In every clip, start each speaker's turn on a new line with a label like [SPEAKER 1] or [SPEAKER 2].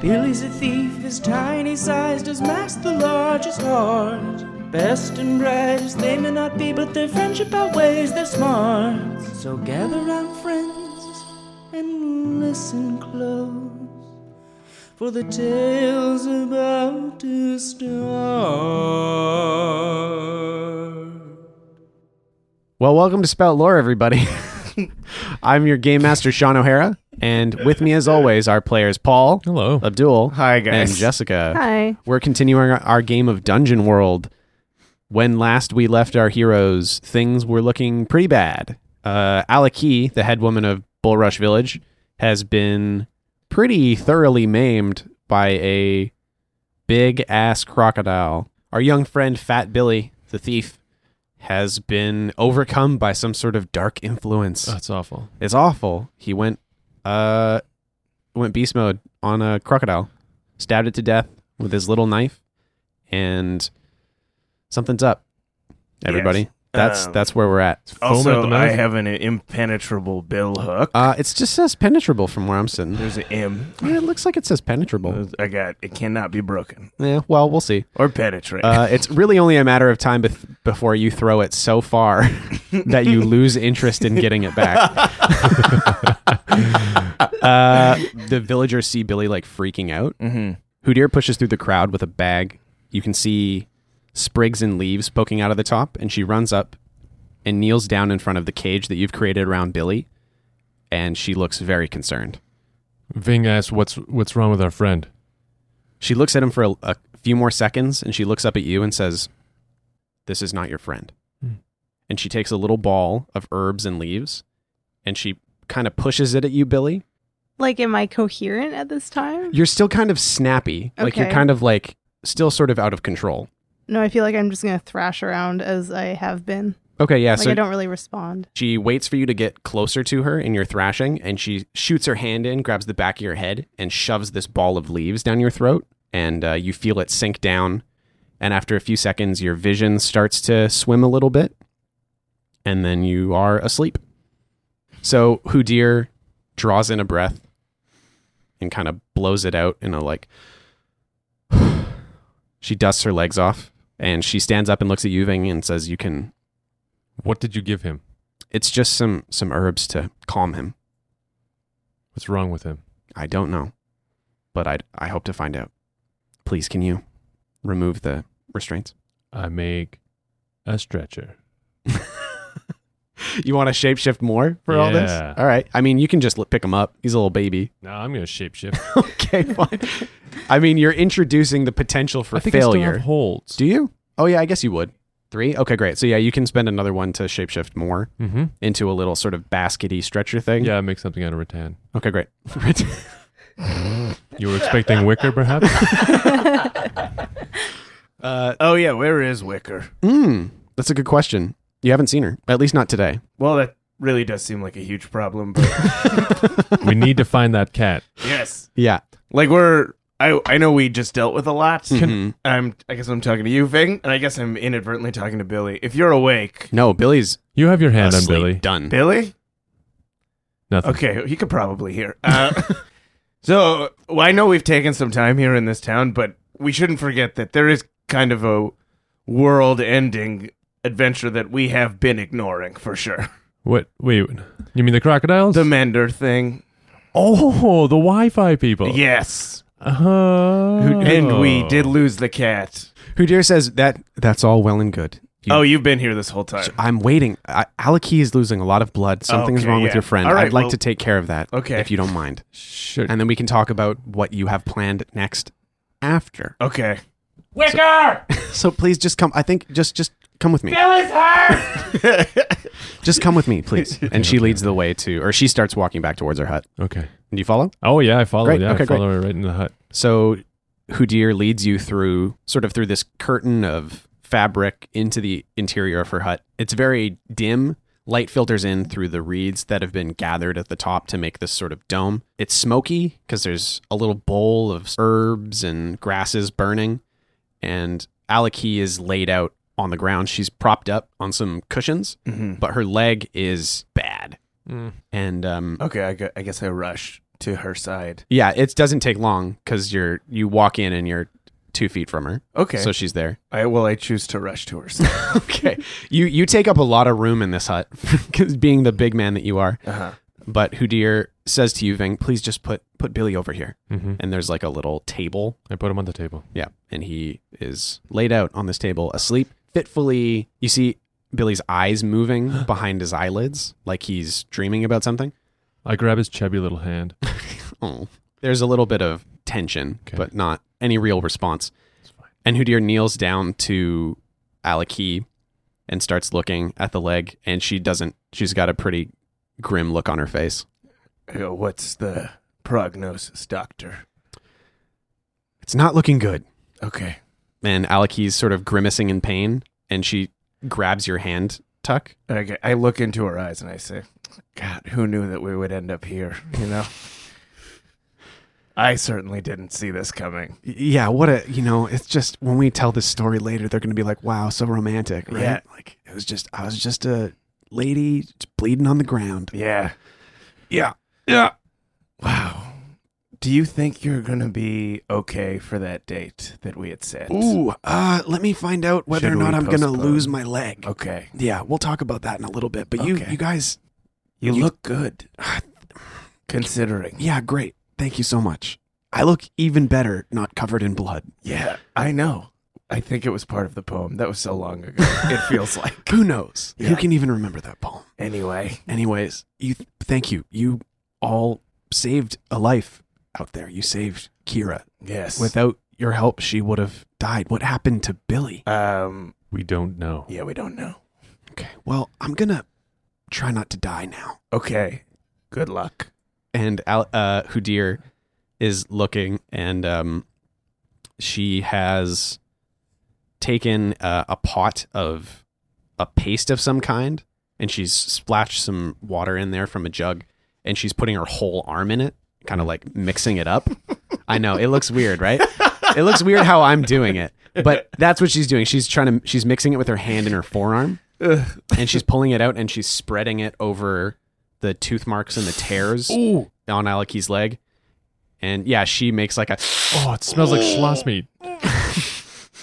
[SPEAKER 1] Billy's a thief, his tiny size does mask the largest heart. Best and brightest they may not be, but their friendship outweighs their smarts. So gather round, friends, and listen close, for the tale's about to start.
[SPEAKER 2] Well, welcome to Spout Lore, everybody. I'm your game master, Sean O'Hara, and with me, as always, our players Paul,
[SPEAKER 3] Hello.
[SPEAKER 2] Abdul,
[SPEAKER 4] Hi, guys.
[SPEAKER 2] and Jessica.
[SPEAKER 5] Hi.
[SPEAKER 2] We're continuing our- our game of Dungeon World. When last we left our heroes, things were looking pretty bad. Uh, Alaki, the head woman of Bullrush Village, has been pretty thoroughly maimed by a big ass crocodile. Our young friend Fat Billy, the thief, has been overcome by some sort of dark influence.
[SPEAKER 3] That's awful.
[SPEAKER 2] It's awful. He went uh went beast mode on a crocodile, stabbed it to death with his little knife, and something's up. Everybody.
[SPEAKER 4] Yes.
[SPEAKER 2] That's
[SPEAKER 4] Um,
[SPEAKER 2] that's where we're at.
[SPEAKER 3] Foaming at the
[SPEAKER 4] Also,
[SPEAKER 3] mouth.
[SPEAKER 4] I have an impenetrable bill hook.
[SPEAKER 2] Uh it just says penetrable from where I'm sitting.
[SPEAKER 4] There's an M.
[SPEAKER 2] Yeah, it looks like it says
[SPEAKER 3] Oh.
[SPEAKER 2] penetrable.
[SPEAKER 4] I got it cannot be broken
[SPEAKER 2] Yeah, well, we'll see.
[SPEAKER 4] or penetrate.
[SPEAKER 2] Uh, it's really only a matter of time bef- before you throw it so far that you lose interest in getting it back. uh, the villagers see Billy like freaking out.
[SPEAKER 4] Mhm.
[SPEAKER 2] Houdir pushes through the crowd with a bag. You can see sprigs and leaves poking out of the top, and she runs up and kneels down in front of the cage that you've created around Billy, and she looks very concerned.
[SPEAKER 3] Ving asks, "What's what's wrong with our friend?"
[SPEAKER 2] She looks at him for a, a few more seconds and she looks up at you and says, This is not your friend. And she takes a little ball of herbs and leaves and she kind of pushes it at you, Billy.
[SPEAKER 5] Like, am I coherent at this time?
[SPEAKER 2] You're still kind of snappy. Like you're
[SPEAKER 5] Okay.
[SPEAKER 2] kind of like still sort of out of control.
[SPEAKER 5] No, I feel like I'm just gonna thrash around as I have been.
[SPEAKER 2] Okay, yeah.
[SPEAKER 5] like
[SPEAKER 2] so
[SPEAKER 5] I don't really respond.
[SPEAKER 2] she waits for you to get closer to her in your thrashing and she shoots her hand in, grabs the back of your head, and shoves this ball of leaves down your throat. And uh, you feel it sink down. And after a few seconds, your vision starts to swim a little bit. And then you are asleep. So Houdir draws in a breath and kind of blows it out in a like. she dusts her legs off and she stands up and looks at Yuving and says, You can
[SPEAKER 3] What did you give him?
[SPEAKER 2] it's just some some herbs to calm him.
[SPEAKER 3] What's wrong with him?
[SPEAKER 2] I don't know, but I I hope to find out. Please, can you remove the restraints?
[SPEAKER 3] I make a stretcher.
[SPEAKER 2] You want to shapeshift more for all this?
[SPEAKER 3] Yeah.
[SPEAKER 2] All right. I mean, you can just l- pick him up. He's a little baby.
[SPEAKER 3] No, I'm gonna shapeshift.
[SPEAKER 2] okay, fine. I mean, you're introducing the potential for
[SPEAKER 3] I think I still
[SPEAKER 2] failure.
[SPEAKER 3] have holds.
[SPEAKER 2] Do you? Oh yeah, I guess you would. Three. Okay, great. So yeah, you can spend another one to shapeshift more
[SPEAKER 3] mm-hmm.
[SPEAKER 2] into a little sort of baskety stretcher thing.
[SPEAKER 3] Yeah, I make something out of rattan.
[SPEAKER 2] Okay, great.
[SPEAKER 3] You were expecting wicker, perhaps?
[SPEAKER 4] oh yeah, where is Wicker?
[SPEAKER 2] mm, Uh, that's a good question. You haven't seen her, at least not today.
[SPEAKER 4] Well, that really does seem like a huge problem. But
[SPEAKER 3] we need to find that cat.
[SPEAKER 4] yes,
[SPEAKER 2] Yeah.
[SPEAKER 4] like we're. I, I know we just dealt with a lot.
[SPEAKER 3] Mm-hmm.
[SPEAKER 2] Mhm.
[SPEAKER 4] I'm I guess I'm talking to you, Ving, and I guess I'm inadvertently talking to Billy. If you're awake,
[SPEAKER 2] No, Billy's
[SPEAKER 3] You have your hand on
[SPEAKER 2] asleep.
[SPEAKER 3] Billy.
[SPEAKER 2] Done.
[SPEAKER 4] Billy,
[SPEAKER 3] Nothing.
[SPEAKER 4] Okay, he could probably hear. Uh, so well, I know we've taken some time here in this town, but we shouldn't forget that there is kind of a world-ending adventure that we have been ignoring for sure.
[SPEAKER 3] What? Wait. You mean the crocodiles?
[SPEAKER 4] The Mender thing,
[SPEAKER 3] oh, the Wi-Fi people.
[SPEAKER 4] yes,
[SPEAKER 3] Oh.
[SPEAKER 4] and we did lose the cat.
[SPEAKER 2] Houdir says that that's all well and good. You-
[SPEAKER 4] oh, you've been here this whole time.
[SPEAKER 2] I'm waiting. I, Alaki is losing a lot of blood. Something's
[SPEAKER 4] Oh, Okay,
[SPEAKER 2] wrong with
[SPEAKER 4] yeah.
[SPEAKER 2] your friend.
[SPEAKER 4] All right,
[SPEAKER 2] I'd like
[SPEAKER 4] well-
[SPEAKER 2] to take care of that.
[SPEAKER 4] Okay.
[SPEAKER 2] If you don't mind.
[SPEAKER 3] Sure.
[SPEAKER 2] And then we can talk about what you have planned next after.
[SPEAKER 4] Okay,
[SPEAKER 2] So please just come. I think just just come with me. just come with me, please. And she leads the way to, or she starts walking back towards her hut.
[SPEAKER 3] okay.
[SPEAKER 2] Do you follow?
[SPEAKER 3] Oh yeah, I followed.
[SPEAKER 2] Great,
[SPEAKER 3] Yeah,
[SPEAKER 2] okay,
[SPEAKER 3] I followed her right in the hut.
[SPEAKER 2] So Houdir leads you through sort of through this curtain of fabric into the interior of her hut. It's very dim. Light filters in through the reeds that have been gathered at the top to make this sort of dome. It's smoky because there's a little bowl of herbs and grasses burning. And Alaki is laid out on the ground. She's propped up on some cushions,
[SPEAKER 4] Mm-hmm.
[SPEAKER 2] but her leg is bad. And um,
[SPEAKER 4] Okay, I, gu- I guess I rush to her side.
[SPEAKER 2] yeah, it doesn't take long because you're you walk in and you're two feet from her.
[SPEAKER 4] Okay.
[SPEAKER 2] so she's there.
[SPEAKER 4] I well, I choose to rush to her side.
[SPEAKER 2] okay, you you take up a lot of room in this hut, 'cause being the big man that you are.
[SPEAKER 4] Uh-huh.
[SPEAKER 2] But Houdir says to you, Ving, please just put put Billy over here.
[SPEAKER 3] Mm-hmm.
[SPEAKER 2] And there's like a little table.
[SPEAKER 3] I put him on the table.
[SPEAKER 2] Yeah, and he is laid out on this table, asleep, fitfully. You see Billy's eyes moving behind his eyelids, like he's dreaming about something.
[SPEAKER 3] I grab his chubby little hand.
[SPEAKER 2] Oh. There's a little bit of tension,
[SPEAKER 3] Okay.
[SPEAKER 2] but not any real response.
[SPEAKER 3] It's fine.
[SPEAKER 2] And Houdir kneels down to Alaki and starts looking at the leg, and she doesn't. She's got a pretty grim look on her face.
[SPEAKER 4] I go, What's the prognosis, doctor?
[SPEAKER 2] It's not looking good.
[SPEAKER 4] Okay.
[SPEAKER 2] And Alaki's sort of grimacing in pain, and she grabs your hand, Tuck.
[SPEAKER 4] I, g- I look into her eyes and I say, God, who knew that we would end up here? You know, I certainly didn't see this coming.
[SPEAKER 2] Yeah, what a you know. It's just when we tell this story later, they're going to be like, "Wow, so romantic,
[SPEAKER 4] right? Yeah.
[SPEAKER 2] Like it was just, I was just a lady bleeding on the ground.
[SPEAKER 4] Yeah.
[SPEAKER 2] Yeah, yeah.
[SPEAKER 4] Wow. Do you think you're going to be okay for that date that we had set?
[SPEAKER 2] Ooh, uh, let me find out whether
[SPEAKER 4] Should
[SPEAKER 2] or not
[SPEAKER 4] we
[SPEAKER 2] I'm going to
[SPEAKER 4] postpone?
[SPEAKER 2] lose my leg.
[SPEAKER 4] Okay.
[SPEAKER 2] Yeah, we'll talk about that in a little bit. But you,
[SPEAKER 4] Oh. Okay.
[SPEAKER 2] you guys,
[SPEAKER 4] You,
[SPEAKER 2] You-
[SPEAKER 4] look good. Considering.
[SPEAKER 2] yeah, great. Thank you so much. I look even better not covered in blood.
[SPEAKER 4] Yeah, I know. I think it was part of the poem. That was so long ago. it feels like.
[SPEAKER 2] Who knows? Who
[SPEAKER 4] Yeah.
[SPEAKER 2] can even remember that poem?
[SPEAKER 4] Anyway.
[SPEAKER 2] Anyways, you thank you. You all saved a life out there. You saved Kira.
[SPEAKER 4] Yes.
[SPEAKER 2] Without your help, she would have died. What happened to Billy?
[SPEAKER 4] um
[SPEAKER 3] We don't know.
[SPEAKER 4] yeah, we don't know.
[SPEAKER 2] Okay. Well, I'm going to try not to die now.
[SPEAKER 4] Okay. Good luck.
[SPEAKER 2] and Al- uh, Houdir is looking, and um, she has taken uh, a pot of a paste of some kind, and she's splashed some water in there from a jug, and she's putting her whole arm in it, kind of like mixing it up. I know it looks weird, right? It looks weird how I'm doing it, but that's what she's doing. She's trying to she's mixing it with her hand and her forearm, and she's pulling it out and she's spreading it over the tooth marks and the tears
[SPEAKER 3] Ooh.
[SPEAKER 2] on Alaki's leg. And yeah, she makes like a
[SPEAKER 3] Oh, it smells like schloss meat.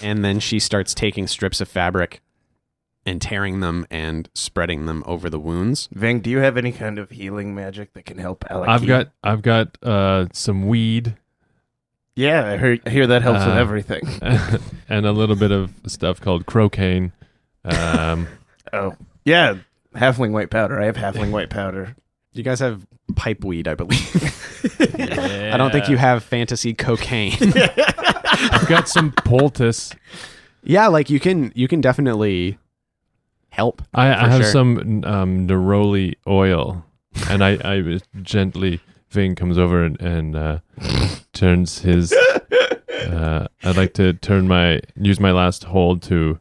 [SPEAKER 2] and then she starts taking strips of fabric and tearing them and spreading them over the wounds.
[SPEAKER 4] Ving, do you have any kind of healing magic that can help Alec?
[SPEAKER 3] I've got I've got uh, some weed
[SPEAKER 4] Yeah, I hear, I hear that helps with
[SPEAKER 3] Uh,
[SPEAKER 4] everything.
[SPEAKER 3] and a little bit of stuff called crocaine. Um,
[SPEAKER 4] Oh. Yeah, halfling white powder. I have halfling white powder.
[SPEAKER 2] You guys have pipe weed, I believe. I don't think you have fantasy cocaine.
[SPEAKER 3] I've got some poultice.
[SPEAKER 2] yeah, like you can you can definitely help.
[SPEAKER 3] I, I
[SPEAKER 2] For
[SPEAKER 3] have
[SPEAKER 2] sure.
[SPEAKER 3] some um, neroli oil, and I, I gently Ving comes over and, and uh, turns his. Uh, I'd like to turn my use my last hold to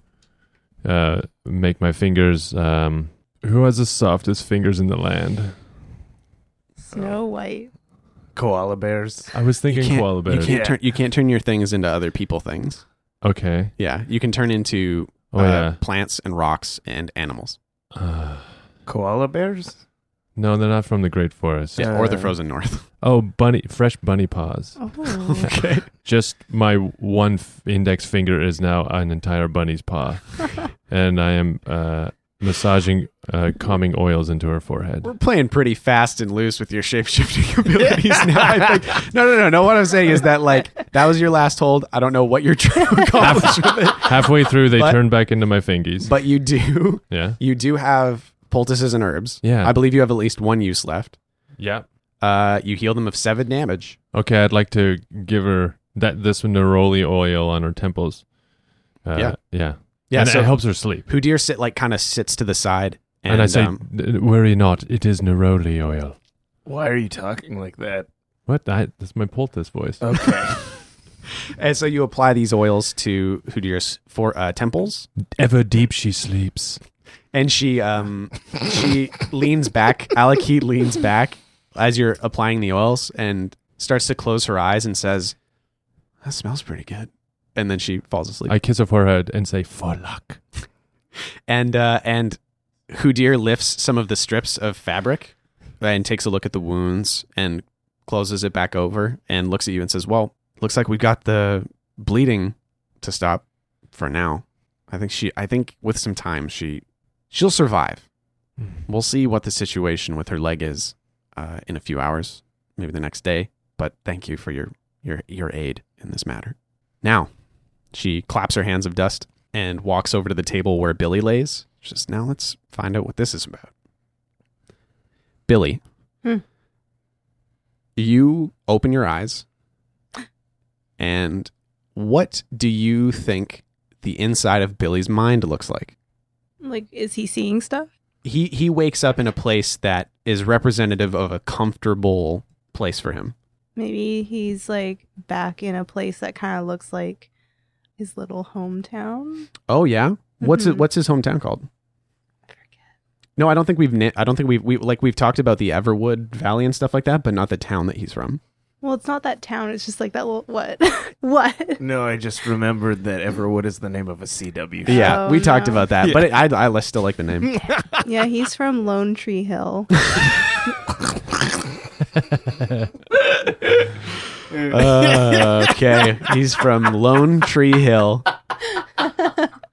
[SPEAKER 3] uh, make my fingers. Um, who has the softest fingers in the land?
[SPEAKER 5] Snow White.
[SPEAKER 4] Koala bears.
[SPEAKER 3] I was
[SPEAKER 2] You
[SPEAKER 3] thinking
[SPEAKER 2] can't-
[SPEAKER 3] koala
[SPEAKER 2] You
[SPEAKER 3] bears.
[SPEAKER 2] can't
[SPEAKER 4] Yeah.
[SPEAKER 2] turn you can't turn your things into other people things.
[SPEAKER 3] Okay.
[SPEAKER 2] Yeah, you can turn into
[SPEAKER 3] Oh
[SPEAKER 2] uh,
[SPEAKER 3] yeah.
[SPEAKER 2] plants and rocks and animals.
[SPEAKER 3] Uh,
[SPEAKER 4] Koala bears?
[SPEAKER 3] no, they're not from the Great Forest.
[SPEAKER 2] Yeah, or the
[SPEAKER 4] Uh,
[SPEAKER 2] frozen north.
[SPEAKER 3] Oh, bunny, fresh bunny paws.
[SPEAKER 5] Oh.
[SPEAKER 2] okay.
[SPEAKER 3] Just my one f- index finger is now an entire bunny's paw, and I am uh, massaging uh, calming oils into her forehead.
[SPEAKER 2] We're playing pretty fast and loose with your shapeshifting abilities now. I think. No, no, no, no. What I'm saying is that like that was your last hold. I don't know what you're trying to accomplish with it,
[SPEAKER 3] Halfway through, they
[SPEAKER 2] But-
[SPEAKER 3] turn back into my fingies.
[SPEAKER 2] but you do,
[SPEAKER 3] yeah,
[SPEAKER 2] you do have poultices and herbs.
[SPEAKER 3] Yeah.
[SPEAKER 2] I believe you have at least one use left.
[SPEAKER 3] yeah.
[SPEAKER 2] Uh, you heal them of seven damage.
[SPEAKER 3] Okay, I'd like to give her that this neroli oil on her temples. Uh,
[SPEAKER 2] Yeah.
[SPEAKER 3] yeah,
[SPEAKER 2] Yeah.
[SPEAKER 3] And
[SPEAKER 2] so
[SPEAKER 3] it helps her sleep.
[SPEAKER 2] Houdir sit like kind of sits to the side,
[SPEAKER 3] And,
[SPEAKER 2] and,
[SPEAKER 3] I say,
[SPEAKER 2] um,
[SPEAKER 3] "D- worry not, it is neroli oil.
[SPEAKER 4] Why are you talking like that?
[SPEAKER 3] What? I, that's my poultice voice.
[SPEAKER 4] Okay.
[SPEAKER 2] and so you apply these oils to Hudyr's for uh, temples,
[SPEAKER 3] Ever deep she sleeps.
[SPEAKER 2] and she um she leans back. Alaki leans back as you're applying the oils and starts to close her eyes and says, "That smells pretty good." And then she falls asleep.
[SPEAKER 3] I kiss her forehead and say, "For luck."
[SPEAKER 2] and uh, and Houdir lifts some of the strips of fabric uh, and takes a look at the wounds and closes it back over and looks at you and says, "Well, looks like we got the bleeding to stop for now. I think she. I think with some time, she she'll survive. We'll see what the situation with her leg is uh, in a few hours, maybe the next day. But thank you for your your your aid in this matter. Now, she claps her hands of dust and walks over to the table where Billy lays. She says, Now let's find out what this is about. Billy,
[SPEAKER 5] Hmm.
[SPEAKER 2] you open your eyes, and what do you think the inside of Billy's mind looks like?
[SPEAKER 5] Like, is he seeing stuff?
[SPEAKER 2] He, he wakes up in a place that is representative of a comfortable place for him.
[SPEAKER 5] Maybe he's like back in a place that kind of looks like his little hometown.
[SPEAKER 2] Oh yeah. What's it,
[SPEAKER 5] Mhm.
[SPEAKER 2] what's his hometown called? No, I don't think we've. na- I don't think we've. We like we've talked about the Everwood Valley and stuff like that, but not the town that he's from.
[SPEAKER 5] Well, it's not that town. It's just like that little what? what?
[SPEAKER 4] No, I just remembered that Everwood is the name of a CW.
[SPEAKER 2] Yeah,
[SPEAKER 5] Oh,
[SPEAKER 2] we talked
[SPEAKER 5] no.
[SPEAKER 2] about that, but it, I, I still like the name.
[SPEAKER 5] yeah, he's from Lone Tree Hill.
[SPEAKER 2] Uh, okay, he's from Lone Tree Hill.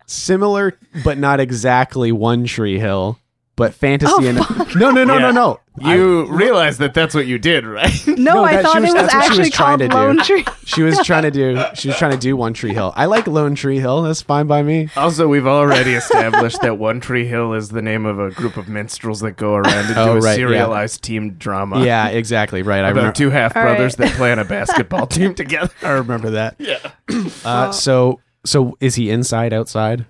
[SPEAKER 2] Similar, but not exactly One Tree Hill, but fantasy
[SPEAKER 5] Oh,
[SPEAKER 2] and no, no, no, no,
[SPEAKER 4] Yeah.
[SPEAKER 2] no.
[SPEAKER 4] You realize that that's what you did, right?
[SPEAKER 5] No,
[SPEAKER 2] No,
[SPEAKER 5] I
[SPEAKER 2] that- she
[SPEAKER 5] thought
[SPEAKER 2] was-
[SPEAKER 5] it was
[SPEAKER 2] that's what she
[SPEAKER 5] actually
[SPEAKER 2] was trying
[SPEAKER 5] called
[SPEAKER 2] to do.
[SPEAKER 5] Lone Tree.
[SPEAKER 2] She was trying to do. She was trying to do One Tree Hill. I like Lone Tree Hill. That's fine by me.
[SPEAKER 4] also, we've already established that One Tree Hill is the name of a group of minstrels that go around and
[SPEAKER 2] Oh,
[SPEAKER 4] do a
[SPEAKER 2] right, yeah.
[SPEAKER 4] serialized team drama.
[SPEAKER 2] Yeah, exactly. Right. I remember.
[SPEAKER 4] About two half
[SPEAKER 5] All right.
[SPEAKER 4] brothers that play on a basketball team together.
[SPEAKER 2] I remember that. Yeah. Uh, so, so is he inside, outside?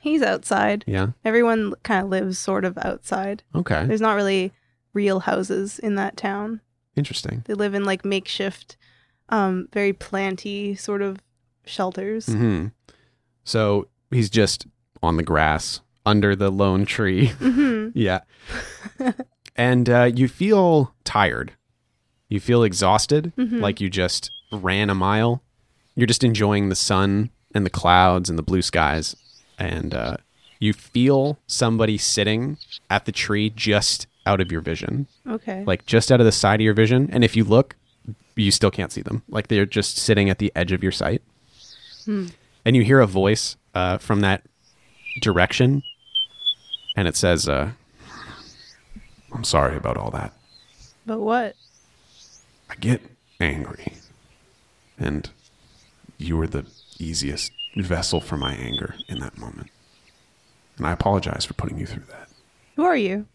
[SPEAKER 5] He's outside.
[SPEAKER 2] Yeah.
[SPEAKER 5] Everyone kind of lives sort of outside.
[SPEAKER 2] Okay.
[SPEAKER 5] There's not really real houses in that town.
[SPEAKER 2] Interesting.
[SPEAKER 5] They live in like makeshift, um, very planty sort of shelters.
[SPEAKER 2] hmm So he's just on the grass under the lone tree.
[SPEAKER 5] hmm
[SPEAKER 2] yeah. and uh, you feel tired. You feel exhausted,
[SPEAKER 5] Mhm.
[SPEAKER 2] like you just ran a mile. You're just enjoying the sun and the clouds and the blue skies. And uh, you feel somebody sitting at the tree just out of your vision.
[SPEAKER 5] Okay.
[SPEAKER 2] like just out of the side of your vision and if you look you still can't see them like they're just sitting at the edge of your sight and you hear a voice uh, from that direction and it says uh, i'm sorry about all that
[SPEAKER 5] but what?
[SPEAKER 2] i get angry and you were the easiest vessel for my anger in that moment and i apologize for putting you through that
[SPEAKER 5] Who are you?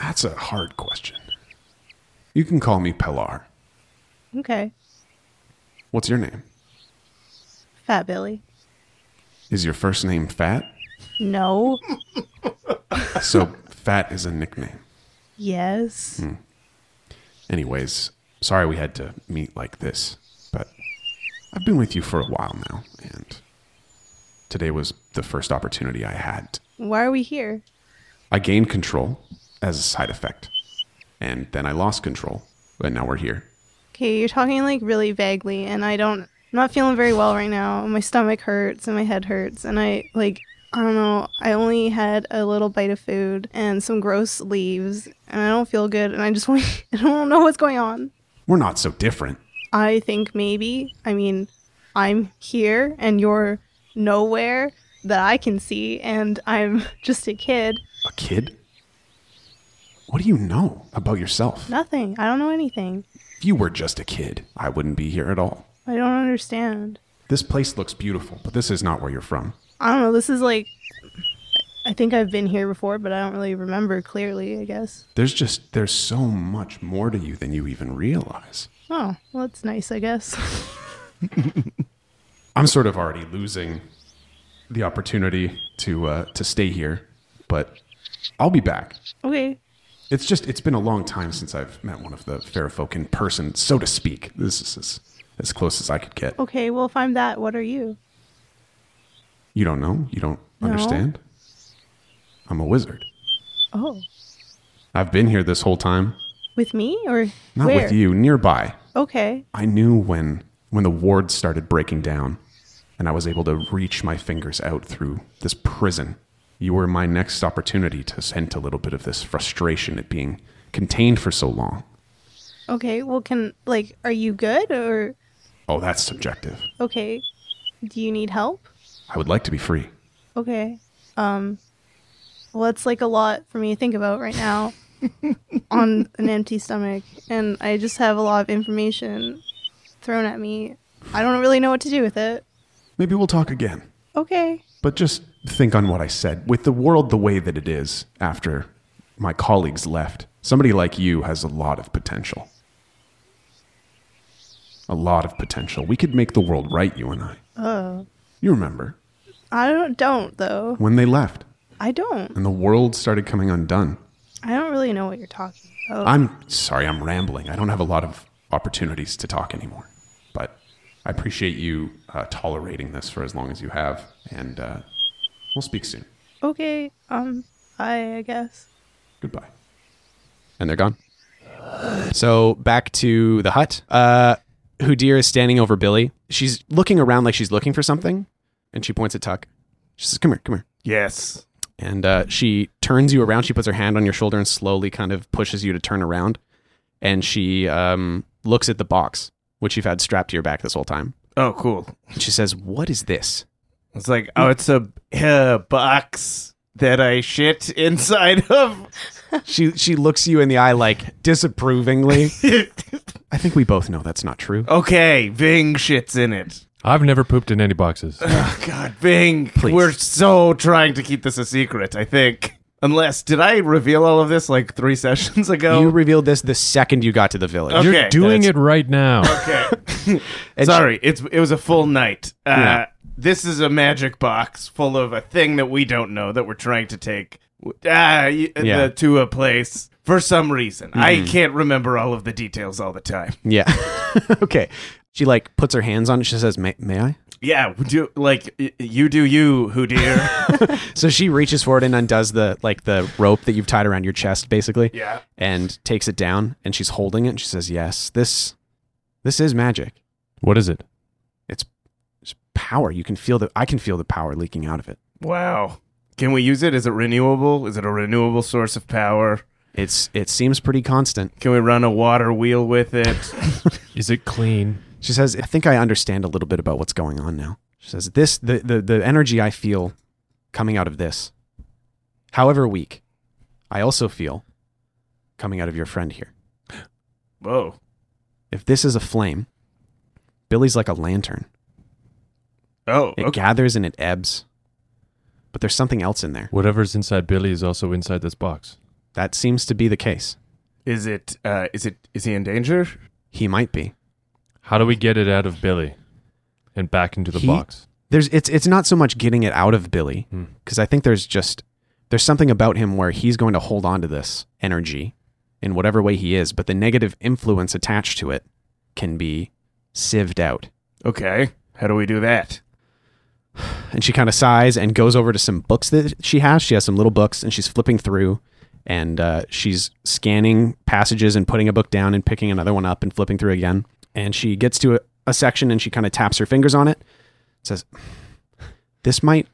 [SPEAKER 2] that's a hard question you can call me pelar
[SPEAKER 5] Okay.
[SPEAKER 2] what's your name
[SPEAKER 5] Fat Billy.
[SPEAKER 2] Is your first name Fat?
[SPEAKER 5] No.
[SPEAKER 2] So Fat is a nickname.
[SPEAKER 5] yes.
[SPEAKER 2] Anyways, sorry we had to meet like this, but I've been with you for a while now, and today was the first opportunity I had.
[SPEAKER 5] Why are we here?
[SPEAKER 2] I gained control as a side effect, and then I lost control, and now we're here.
[SPEAKER 5] Okay, you're talking like really vaguely, and I don't. I'm not feeling very well right now. My stomach hurts and my head hurts, and I like. I don't know. I only had a little bite of food and some gross leaves, and I don't feel good. And I just want. I don't know what's going on.
[SPEAKER 2] We're not so different.
[SPEAKER 5] I think maybe. I mean, I'm here, and you're nowhere that I can see, and I'm just a kid.
[SPEAKER 2] A kid? What do you know about yourself?
[SPEAKER 5] Nothing. I don't know anything.
[SPEAKER 2] If you were just a kid, I wouldn't be here at all.
[SPEAKER 5] I don't understand.
[SPEAKER 2] This place looks beautiful, but this is not where you're from.
[SPEAKER 5] I don't know. This is like, I think I've been here before, but I don't really remember clearly. I guess.
[SPEAKER 2] There's just there's so much more to you than you even realize.
[SPEAKER 5] Oh, well, that's nice. I guess.
[SPEAKER 2] I'm sort of already losing the opportunity to uh, to stay here, but I'll be back.
[SPEAKER 5] okay.
[SPEAKER 2] It's just it's been a long time since I've met one of the fair folk in person, so to speak. This is, is as close as I could get.
[SPEAKER 5] Okay, well, if I'm that, what are you?
[SPEAKER 2] You don't know? You don't
[SPEAKER 5] No.
[SPEAKER 2] understand? I'm a wizard.
[SPEAKER 5] Oh,
[SPEAKER 2] I've been here this whole time.
[SPEAKER 5] with me or
[SPEAKER 2] Not
[SPEAKER 5] where?
[SPEAKER 2] with you, nearby.
[SPEAKER 5] Okay.
[SPEAKER 2] I knew when when the wards started breaking down and I was able to reach my fingers out through this prison. You were my next opportunity to vent a little bit of this frustration at being contained for so long.
[SPEAKER 5] Okay. Well, can like, are you good or
[SPEAKER 2] Oh, that's subjective.
[SPEAKER 5] okay? Do you need help?
[SPEAKER 2] I would like to be free.
[SPEAKER 5] Okay. Um, well, it's like a lot for me to think about right now on an empty stomach, and I just have a lot of information thrown at me. I don't really know what to do with it.
[SPEAKER 2] Maybe we'll talk again.
[SPEAKER 5] Okay.
[SPEAKER 2] But just think on what I said. With the world the way that it is after my colleagues left, somebody like you has a lot of potential. A lot of potential. We could make the world right, you and I.
[SPEAKER 5] Oh,
[SPEAKER 2] You remember
[SPEAKER 5] I don't don't though.
[SPEAKER 2] when they left
[SPEAKER 5] I don't.
[SPEAKER 2] and the world started coming undone.
[SPEAKER 5] I don't really know what you're talking about.
[SPEAKER 2] I'm sorry, I'm rambling. I don't have a lot of opportunities to talk anymore. But I appreciate you uh, tolerating this for as long as you have, and uh, we'll speak soon.
[SPEAKER 5] okay. Um, I, I guess.
[SPEAKER 2] Goodbye. And they're gone. So back to the hut. Uh, Houdir is standing over Billy. She's looking around like she's looking for something, and she points at Tuck. She says, "Come here, come here."
[SPEAKER 4] Yes.
[SPEAKER 2] And uh, she turns you around. She puts her hand on your shoulder and slowly kind of pushes you to turn around. And she um, looks at the box which you've had strapped to your back this whole time.
[SPEAKER 4] Oh, cool.
[SPEAKER 2] And she says, "What is this?"
[SPEAKER 4] It's like, oh, it's a uh, box that I shit inside of.
[SPEAKER 2] She she looks you in the eye like disapprovingly. I think we both know that's not true.
[SPEAKER 4] okay, Ving shits in it.
[SPEAKER 3] I've never pooped in any boxes.
[SPEAKER 4] Oh, God, Ving,
[SPEAKER 2] Please.
[SPEAKER 4] we're so trying to keep this a secret, I think. Unless, did I reveal all of this like three sessions ago?
[SPEAKER 2] You revealed this the second you got to the village.
[SPEAKER 4] Okay.
[SPEAKER 3] You're doing
[SPEAKER 4] that's-
[SPEAKER 3] it right now.
[SPEAKER 4] okay.
[SPEAKER 2] And
[SPEAKER 4] Sorry, it's it was a full night. Uh,
[SPEAKER 2] Yeah.
[SPEAKER 4] This is a magic box full of a thing that we don't know that we're trying to take uh,
[SPEAKER 2] Yeah. Mm-hmm.
[SPEAKER 4] to a place for some reason. I can't remember all of the details all the time.
[SPEAKER 2] she- yeah. okay. She like puts her hands on it. She says, "May, may I?"
[SPEAKER 4] Yeah, we do like y- you do you, who dear?
[SPEAKER 2] So she reaches for it and undoes the like the rope that you've tied around your chest, basically.
[SPEAKER 4] yeah.
[SPEAKER 2] and takes it down and she's holding it and she says yes this this is magic
[SPEAKER 3] What is it?
[SPEAKER 2] it's power you can feel the i can feel the power leaking out of it
[SPEAKER 4] Wow. Can we use it? Is it renewable? Is it a renewable source of power?
[SPEAKER 2] it's it seems pretty constant
[SPEAKER 4] Can we run a water wheel with it?
[SPEAKER 3] Is it clean?
[SPEAKER 2] she says i think i understand a little bit about what's going on now she says this the the, the energy i feel coming out of this however weak i also feel coming out of your friend here
[SPEAKER 4] Whoa.
[SPEAKER 2] if this is a flame billy's like a lantern
[SPEAKER 4] Oh,
[SPEAKER 2] it
[SPEAKER 4] okay.
[SPEAKER 2] gathers and it ebbs but there's something else in there
[SPEAKER 3] Whatever's inside Billy is also inside this box.
[SPEAKER 2] that seems to be the case
[SPEAKER 4] Is it? Uh, is it? Is he in danger?
[SPEAKER 2] he might be
[SPEAKER 3] How do we get it out of Billy and back into the
[SPEAKER 2] He-
[SPEAKER 3] box?
[SPEAKER 2] there's it's it's not so much getting it out of Billy because I think there's just there's something about him where he's going to hold on to this energy in whatever way he is, but the negative influence attached to it can be sieved out.
[SPEAKER 4] Okay. How do we do that?
[SPEAKER 2] And she kind of sighs and goes over to some books that she has. She has some little books and she's flipping through and uh, she's scanning passages and putting a book down and picking another one up and flipping through again. And she gets to a, a section and she kind of taps her fingers on it. Says, "This might,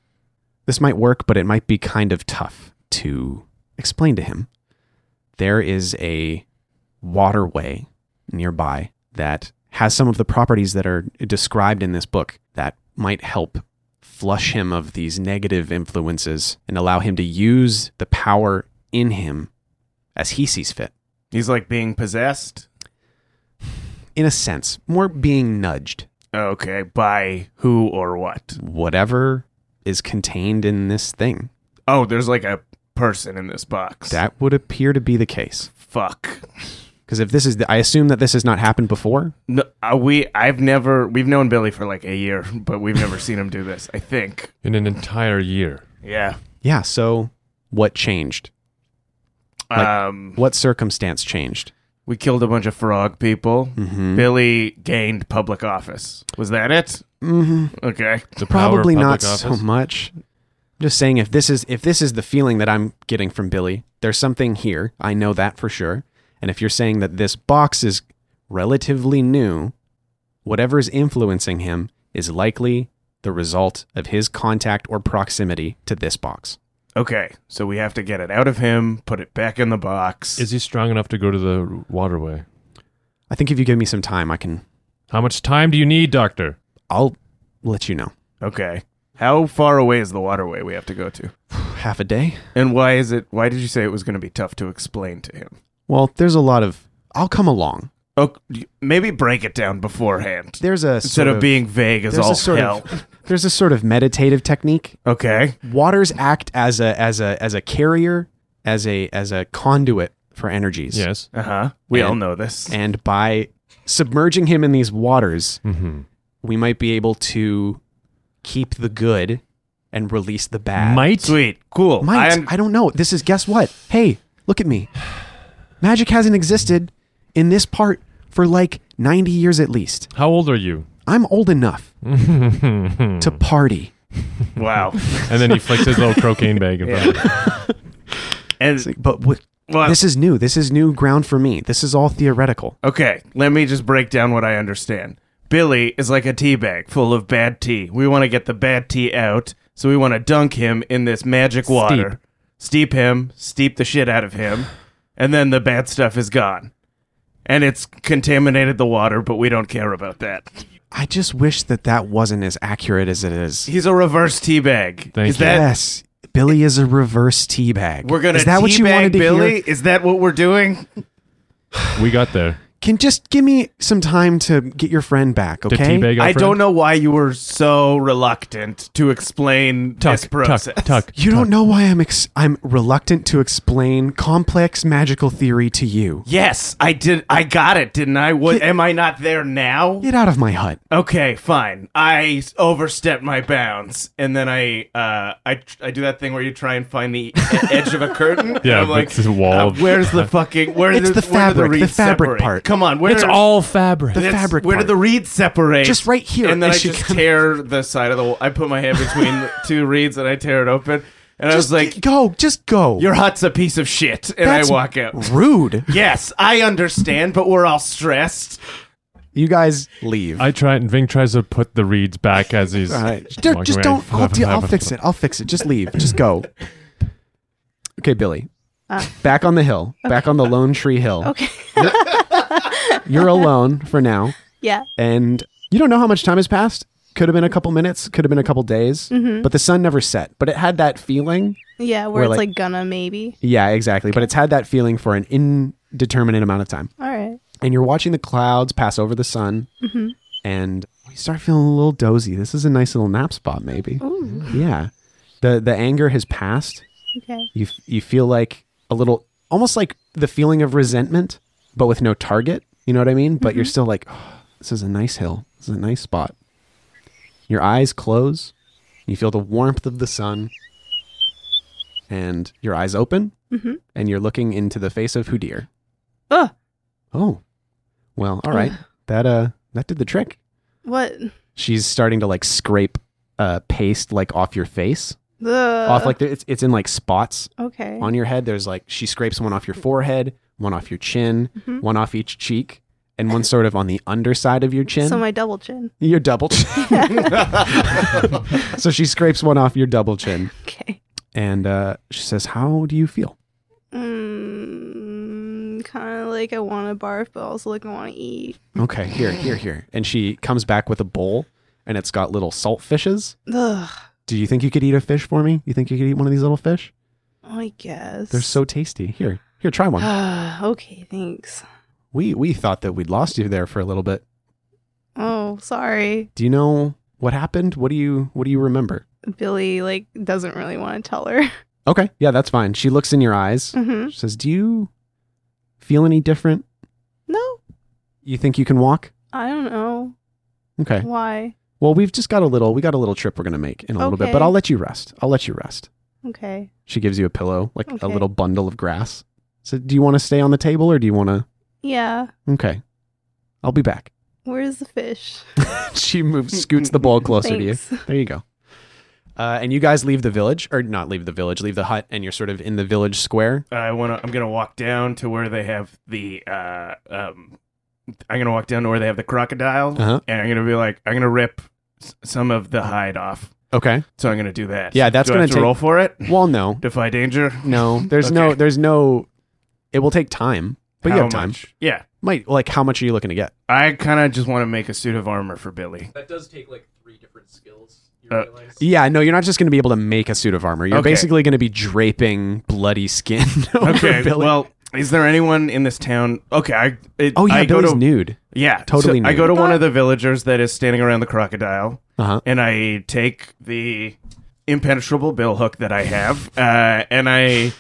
[SPEAKER 2] this might work, but it might be kind of tough to explain to him. There is a waterway nearby that has some of the properties that are described in this book that might help flush him of these negative influences and allow him to use the power in him as he sees fit.
[SPEAKER 4] He's like being possessed.
[SPEAKER 2] In a sense, more being nudged.
[SPEAKER 4] Okay. By who or what?
[SPEAKER 2] Whatever is contained in this thing,
[SPEAKER 4] Oh, there's like a person in this box.
[SPEAKER 2] that would appear to be the case.
[SPEAKER 4] Fuck.
[SPEAKER 2] Because if this is, the, I assume that this has not happened before.
[SPEAKER 4] No, uh, we. I've never. We've known Billy for like a year, but we've never seen him do this. I think.
[SPEAKER 3] In an entire year.
[SPEAKER 4] Yeah.
[SPEAKER 2] Yeah. So what changed? Like-
[SPEAKER 4] um.
[SPEAKER 2] What circumstance changed?
[SPEAKER 4] We killed a bunch of frog people.
[SPEAKER 2] Mhm.
[SPEAKER 4] Billy gained public office. Was that it?
[SPEAKER 2] Mhm.
[SPEAKER 4] Okay.
[SPEAKER 3] The power of
[SPEAKER 2] Probably not
[SPEAKER 3] public
[SPEAKER 2] so
[SPEAKER 3] office.
[SPEAKER 2] much. I'm just saying, if this is if this is the feeling that I'm getting from Billy, there's something here. I know that for sure. And if you're saying that this box is relatively new, whatever is influencing him is likely the result of his contact or proximity to this box.
[SPEAKER 4] Okay. So we have to get it out of him, put it back in the box.
[SPEAKER 3] Is he strong enough to go to the waterway?
[SPEAKER 2] I think if you give me some time, I can.
[SPEAKER 3] How much time do you need, Doctor?
[SPEAKER 2] I'll let you know.
[SPEAKER 4] okay. How far away is the waterway we have to go to?
[SPEAKER 2] Half a day.
[SPEAKER 4] And why is it why did you say it was going to be tough to explain to him?
[SPEAKER 2] Well, there's a lot of. I'll come along.
[SPEAKER 4] Oh, maybe break it down beforehand
[SPEAKER 2] There's a
[SPEAKER 4] instead
[SPEAKER 2] sort
[SPEAKER 4] of, being vague as
[SPEAKER 2] there's
[SPEAKER 4] all
[SPEAKER 2] a sort
[SPEAKER 4] hell.
[SPEAKER 2] of there's a sort of meditative technique
[SPEAKER 4] okay.
[SPEAKER 2] waters act as a as a as a carrier as a as a conduit for energies
[SPEAKER 3] Yes.
[SPEAKER 4] Uh-huh. We
[SPEAKER 2] And-
[SPEAKER 4] all know this.
[SPEAKER 2] and by submerging him in these waters
[SPEAKER 3] Mm-hmm.
[SPEAKER 2] we might be able to keep the good and release the bad
[SPEAKER 3] Might.
[SPEAKER 4] Sweet. Cool.
[SPEAKER 2] might
[SPEAKER 4] I am-
[SPEAKER 2] i don't know this is guess what hey look at me magic hasn't existed in this part for like 90 years at least
[SPEAKER 3] How old are you?
[SPEAKER 2] i'm old enough
[SPEAKER 3] and
[SPEAKER 2] to party
[SPEAKER 4] wow.
[SPEAKER 3] then he flicks his little cocaine bag in front of him.
[SPEAKER 4] And
[SPEAKER 2] but what
[SPEAKER 4] well,
[SPEAKER 2] this is new. This is new ground for me. This is all theoretical.
[SPEAKER 4] Okay, let me just break down what I understand. Billy is like a tea bag full of bad tea. We want to get the bad tea out, so we want to dunk him in this magic water. Steep him, steep the shit out of him, and then the bad stuff is gone. And it's contaminated the water, but we don't care about that.
[SPEAKER 2] I just wish that that wasn't as accurate as it is.
[SPEAKER 4] He's a reverse tea bag.
[SPEAKER 3] Thank
[SPEAKER 4] is
[SPEAKER 3] you.
[SPEAKER 4] that
[SPEAKER 2] yes, Billy is a reverse teabag.
[SPEAKER 4] we're gonna
[SPEAKER 2] Is that what you
[SPEAKER 4] teabag
[SPEAKER 2] wanted to
[SPEAKER 4] Billy?
[SPEAKER 2] hear?
[SPEAKER 4] Is that what we're doing?
[SPEAKER 3] We got there.
[SPEAKER 2] Can just give me some time to get your friend back,
[SPEAKER 3] To
[SPEAKER 2] okay?
[SPEAKER 3] teabag our
[SPEAKER 4] I don't
[SPEAKER 3] friend?
[SPEAKER 4] know why you were so reluctant to explain
[SPEAKER 3] Tuck,
[SPEAKER 4] this process.
[SPEAKER 3] Tuck, tuck.
[SPEAKER 2] you don't know why I'm ex- I'm reluctant to explain complex magical theory to you.
[SPEAKER 4] Yes, I did. I got it, didn't I? What
[SPEAKER 2] Yeah.
[SPEAKER 4] am I not there now?
[SPEAKER 2] Get out of my hut.
[SPEAKER 4] Okay, fine. I s- overstepped my bounds, and then I, uh, I, tr- I do that thing where you try and find the e- edge of a curtain.
[SPEAKER 3] Yeah,
[SPEAKER 4] and I'm like,
[SPEAKER 3] it's a wall
[SPEAKER 4] uh,
[SPEAKER 3] of-
[SPEAKER 4] where's the fucking? Where
[SPEAKER 2] It's
[SPEAKER 4] did-
[SPEAKER 2] the
[SPEAKER 4] where did
[SPEAKER 2] fabric, the
[SPEAKER 4] reeds
[SPEAKER 2] fabric
[SPEAKER 4] separate?
[SPEAKER 2] part.
[SPEAKER 4] Come on, where
[SPEAKER 3] It's
[SPEAKER 4] are-
[SPEAKER 3] all fabric.
[SPEAKER 2] The
[SPEAKER 4] it's-
[SPEAKER 2] fabric
[SPEAKER 4] Where
[SPEAKER 2] part.
[SPEAKER 4] did the reeds separate?
[SPEAKER 2] Just right here.
[SPEAKER 4] And then
[SPEAKER 2] It
[SPEAKER 4] I
[SPEAKER 2] should
[SPEAKER 4] just
[SPEAKER 2] come-
[SPEAKER 4] tear the side of the. wall. I put my hand between the two reeds and I tear it open, and I was
[SPEAKER 2] Just
[SPEAKER 4] like,
[SPEAKER 2] go, just go.
[SPEAKER 4] "Your hut's a piece of shit," and
[SPEAKER 2] That's
[SPEAKER 4] I walk out.
[SPEAKER 2] rude.
[SPEAKER 4] Yes, I understand, but we're all stressed.
[SPEAKER 2] You guys leave.
[SPEAKER 3] I try and Ving tries to put the reeds back as he's.
[SPEAKER 2] All right. Just,
[SPEAKER 3] walking
[SPEAKER 2] just
[SPEAKER 3] away.
[SPEAKER 2] don't. I'll, deal- I'll fix it. I'll fix it. Just leave. Just go. Okay, Billy.
[SPEAKER 5] Uh.
[SPEAKER 2] back on the hill. Back on the Lone Tree Hill.
[SPEAKER 5] Okay.
[SPEAKER 2] You're alone for now,
[SPEAKER 5] Yeah.
[SPEAKER 2] and you don't know how much time has passed. Could have been a couple minutes. Could have been a couple days.
[SPEAKER 5] Mm-hmm.
[SPEAKER 2] But the sun never set. But it had that feeling.
[SPEAKER 5] Yeah.
[SPEAKER 2] We're
[SPEAKER 5] Where it's
[SPEAKER 2] like-
[SPEAKER 5] like, gonna maybe.
[SPEAKER 2] Yeah, exactly. But it's had that feeling for an indeterminate amount of time.
[SPEAKER 5] All right.
[SPEAKER 2] And you're watching the clouds pass over the sun,
[SPEAKER 5] Mm-hmm.
[SPEAKER 2] and you start feeling a little dozy. This is a nice little nap spot, maybe.
[SPEAKER 5] Ooh.
[SPEAKER 2] Yeah. The the anger has passed.
[SPEAKER 5] Okay.
[SPEAKER 2] You f- you feel like a little almost like the feeling of resentment but with no target, you know what I mean? But you're still like "Oh, this is a nice hill. This is a nice spot. Your eyes close. You feel the warmth of the sun. And your eyes open and you're looking into the face of Houdir.
[SPEAKER 5] Mm-hmm. Ugh.
[SPEAKER 2] Oh. Well, all right. that uh that did the trick.
[SPEAKER 5] What?
[SPEAKER 2] She's starting to like scrape uh paste like off your face
[SPEAKER 5] The
[SPEAKER 2] off like there- it's it's in like spots
[SPEAKER 5] okay.
[SPEAKER 2] on your head. There's like she scrapes one off your forehead, one off your chin,
[SPEAKER 5] Mm-hmm.
[SPEAKER 2] one off each cheek, and one sort of on the underside of your chin.
[SPEAKER 5] So my double chin.
[SPEAKER 2] your double chin. so she scrapes one off your double chin,
[SPEAKER 5] Okay.
[SPEAKER 2] and uh, she says, "How do you feel?"
[SPEAKER 5] Mm, kind of like I want to barf, but also like I want to eat.
[SPEAKER 2] Okay, here, here, here. And she comes back with a bowl, and it's got little salt fishes.
[SPEAKER 5] Ugh.
[SPEAKER 2] Do you think you could eat a fish for me? You think you could eat one of these little fish?
[SPEAKER 5] I guess.
[SPEAKER 2] They're so tasty. Here, here, try one.
[SPEAKER 5] okay. Thanks.
[SPEAKER 2] We we thought that we'd lost you there for a little bit.
[SPEAKER 5] Oh, sorry.
[SPEAKER 2] Do you know what happened? What do you what do you remember?
[SPEAKER 5] Billy like doesn't really want to tell her.
[SPEAKER 2] Okay, yeah, that's fine. She looks in your eyes.
[SPEAKER 5] hmm
[SPEAKER 2] She says, "Do you feel any different?
[SPEAKER 5] No,
[SPEAKER 2] You think you can walk?"
[SPEAKER 5] I don't know Mm-hmm.
[SPEAKER 2] Okay.
[SPEAKER 5] why.
[SPEAKER 2] Well, we've just got a little we got a little trip we're going to make in a little bit,
[SPEAKER 5] Okay.
[SPEAKER 2] but I'll let you rest. I'll let you rest.
[SPEAKER 5] Okay.
[SPEAKER 2] She gives you a pillow, like a
[SPEAKER 5] Okay.
[SPEAKER 2] little bundle of grass. So, do you want to stay on the table or do you want to
[SPEAKER 5] Yeah.
[SPEAKER 2] Okay. I'll be back.
[SPEAKER 5] Where's the fish?
[SPEAKER 2] she moves, scoots the bowl closer to you.
[SPEAKER 5] Thanks.
[SPEAKER 2] There you go. Uh, and you guys leave the village, or not leave the village, leave the hut, and you're sort of in the village square.
[SPEAKER 4] I want to. I'm gonna walk down to where they have the. Uh, um, I'm gonna walk down to where they have the crocodile,
[SPEAKER 2] Uh-huh.
[SPEAKER 4] and I'm gonna be like, I'm gonna rip s- some of the hide off.
[SPEAKER 2] Okay.
[SPEAKER 4] So I'm gonna do that.
[SPEAKER 2] Yeah, that's
[SPEAKER 4] Do I
[SPEAKER 2] gonna
[SPEAKER 4] have to
[SPEAKER 2] take-
[SPEAKER 4] roll for it.
[SPEAKER 2] Well, no,
[SPEAKER 4] Defy danger.
[SPEAKER 2] no. There's no.
[SPEAKER 4] Okay.
[SPEAKER 2] There's no. It will take time, but you
[SPEAKER 4] How
[SPEAKER 2] have time.
[SPEAKER 4] much? Yeah,
[SPEAKER 2] Might like how much are you looking to get?
[SPEAKER 4] I kind of just want to make a suit of armor for Billy.
[SPEAKER 6] That does take like three different skills. You
[SPEAKER 4] Uh,
[SPEAKER 6] realize?
[SPEAKER 2] Yeah, no, you're not just going to be able to make a suit of armor. You're
[SPEAKER 4] Okay.
[SPEAKER 2] basically going to be draping bloody skin. over
[SPEAKER 4] Okay.
[SPEAKER 2] Billy.
[SPEAKER 4] Well, is there anyone in this town? Okay. I. It,
[SPEAKER 2] oh yeah,
[SPEAKER 4] I go
[SPEAKER 2] Billy's
[SPEAKER 4] to
[SPEAKER 2] nude.
[SPEAKER 4] yeah.
[SPEAKER 2] Totally
[SPEAKER 4] so I
[SPEAKER 2] nude.
[SPEAKER 4] go to one of the villagers that is standing around the crocodile.
[SPEAKER 2] Uh huh.
[SPEAKER 4] and I take the impenetrable bill hook that I have, uh, and I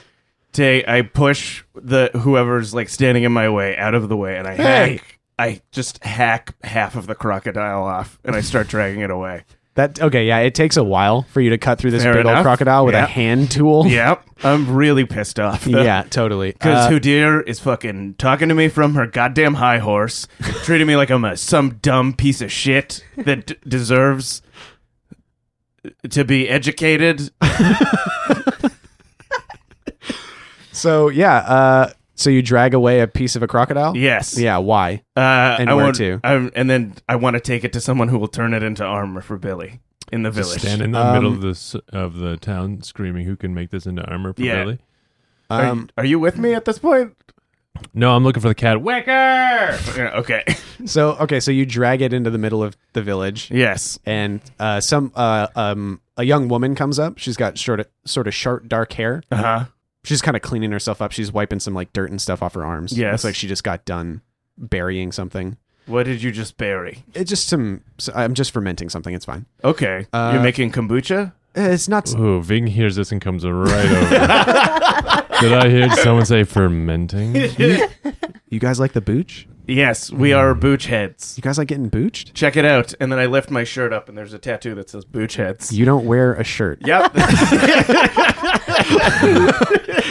[SPEAKER 4] take I push the whoever's like standing in my way out of the way, and I
[SPEAKER 2] Hey!
[SPEAKER 4] hack. I just hack half of the crocodile off, and I start dragging it away.
[SPEAKER 2] That okay? Yeah, it takes a while for you to cut through this
[SPEAKER 4] Fair
[SPEAKER 2] big old
[SPEAKER 4] enough.
[SPEAKER 2] crocodile with
[SPEAKER 4] Yeah.
[SPEAKER 2] a hand tool.
[SPEAKER 4] yep, I'm really pissed off. though.
[SPEAKER 2] yeah, totally.
[SPEAKER 4] Because
[SPEAKER 2] Uh,
[SPEAKER 4] Houdir is fucking talking to me from her goddamn high horse, treating me like I'm a some dumb piece of shit that d- deserves to be educated.
[SPEAKER 2] Oh, so yeah, uh, so you drag away a piece of a crocodile.
[SPEAKER 4] Yes.
[SPEAKER 2] Yeah. Why?
[SPEAKER 4] Uh,
[SPEAKER 2] And
[SPEAKER 4] I
[SPEAKER 2] where
[SPEAKER 4] want,
[SPEAKER 2] to?
[SPEAKER 4] I'm, and then I want to take it to someone who will turn it into armor for Billy in the
[SPEAKER 3] Just
[SPEAKER 4] village.
[SPEAKER 3] stand in the
[SPEAKER 2] Um,
[SPEAKER 3] middle of the s- of the town, screaming, "Who can make this into armor for
[SPEAKER 4] Yeah.
[SPEAKER 3] Billy?"
[SPEAKER 4] Are,
[SPEAKER 2] Um,
[SPEAKER 4] are you with me at this point?
[SPEAKER 3] No, I'm looking for the cat.
[SPEAKER 4] Wicker! okay.
[SPEAKER 2] so okay, so you drag it into the middle of the village,
[SPEAKER 4] Yes.
[SPEAKER 2] and uh, some uh, um, a young woman comes up. She's got sort of sort of short dark hair.
[SPEAKER 4] Uh huh.
[SPEAKER 2] She's kind of cleaning herself up. She's wiping some like dirt and stuff off her arms.
[SPEAKER 4] Yes.
[SPEAKER 2] Looks like she just got done burying something.
[SPEAKER 4] What did you just bury?
[SPEAKER 2] It's just some. so- I'm just fermenting something. It's fine.
[SPEAKER 4] Okay.
[SPEAKER 2] Uh,
[SPEAKER 4] You're making kombucha?
[SPEAKER 2] Uh, It's not.
[SPEAKER 3] Ooh, Ving hears this and comes right over. Did I hear someone say fermenting?
[SPEAKER 2] You guys like the booch?
[SPEAKER 4] Yes,
[SPEAKER 2] hmm.
[SPEAKER 4] we are booch heads.
[SPEAKER 2] You guys like getting booched?
[SPEAKER 4] Check it out. And then I lift my shirt up, and there's a tattoo that says booch heads.
[SPEAKER 2] You don't wear a shirt.
[SPEAKER 4] Yep.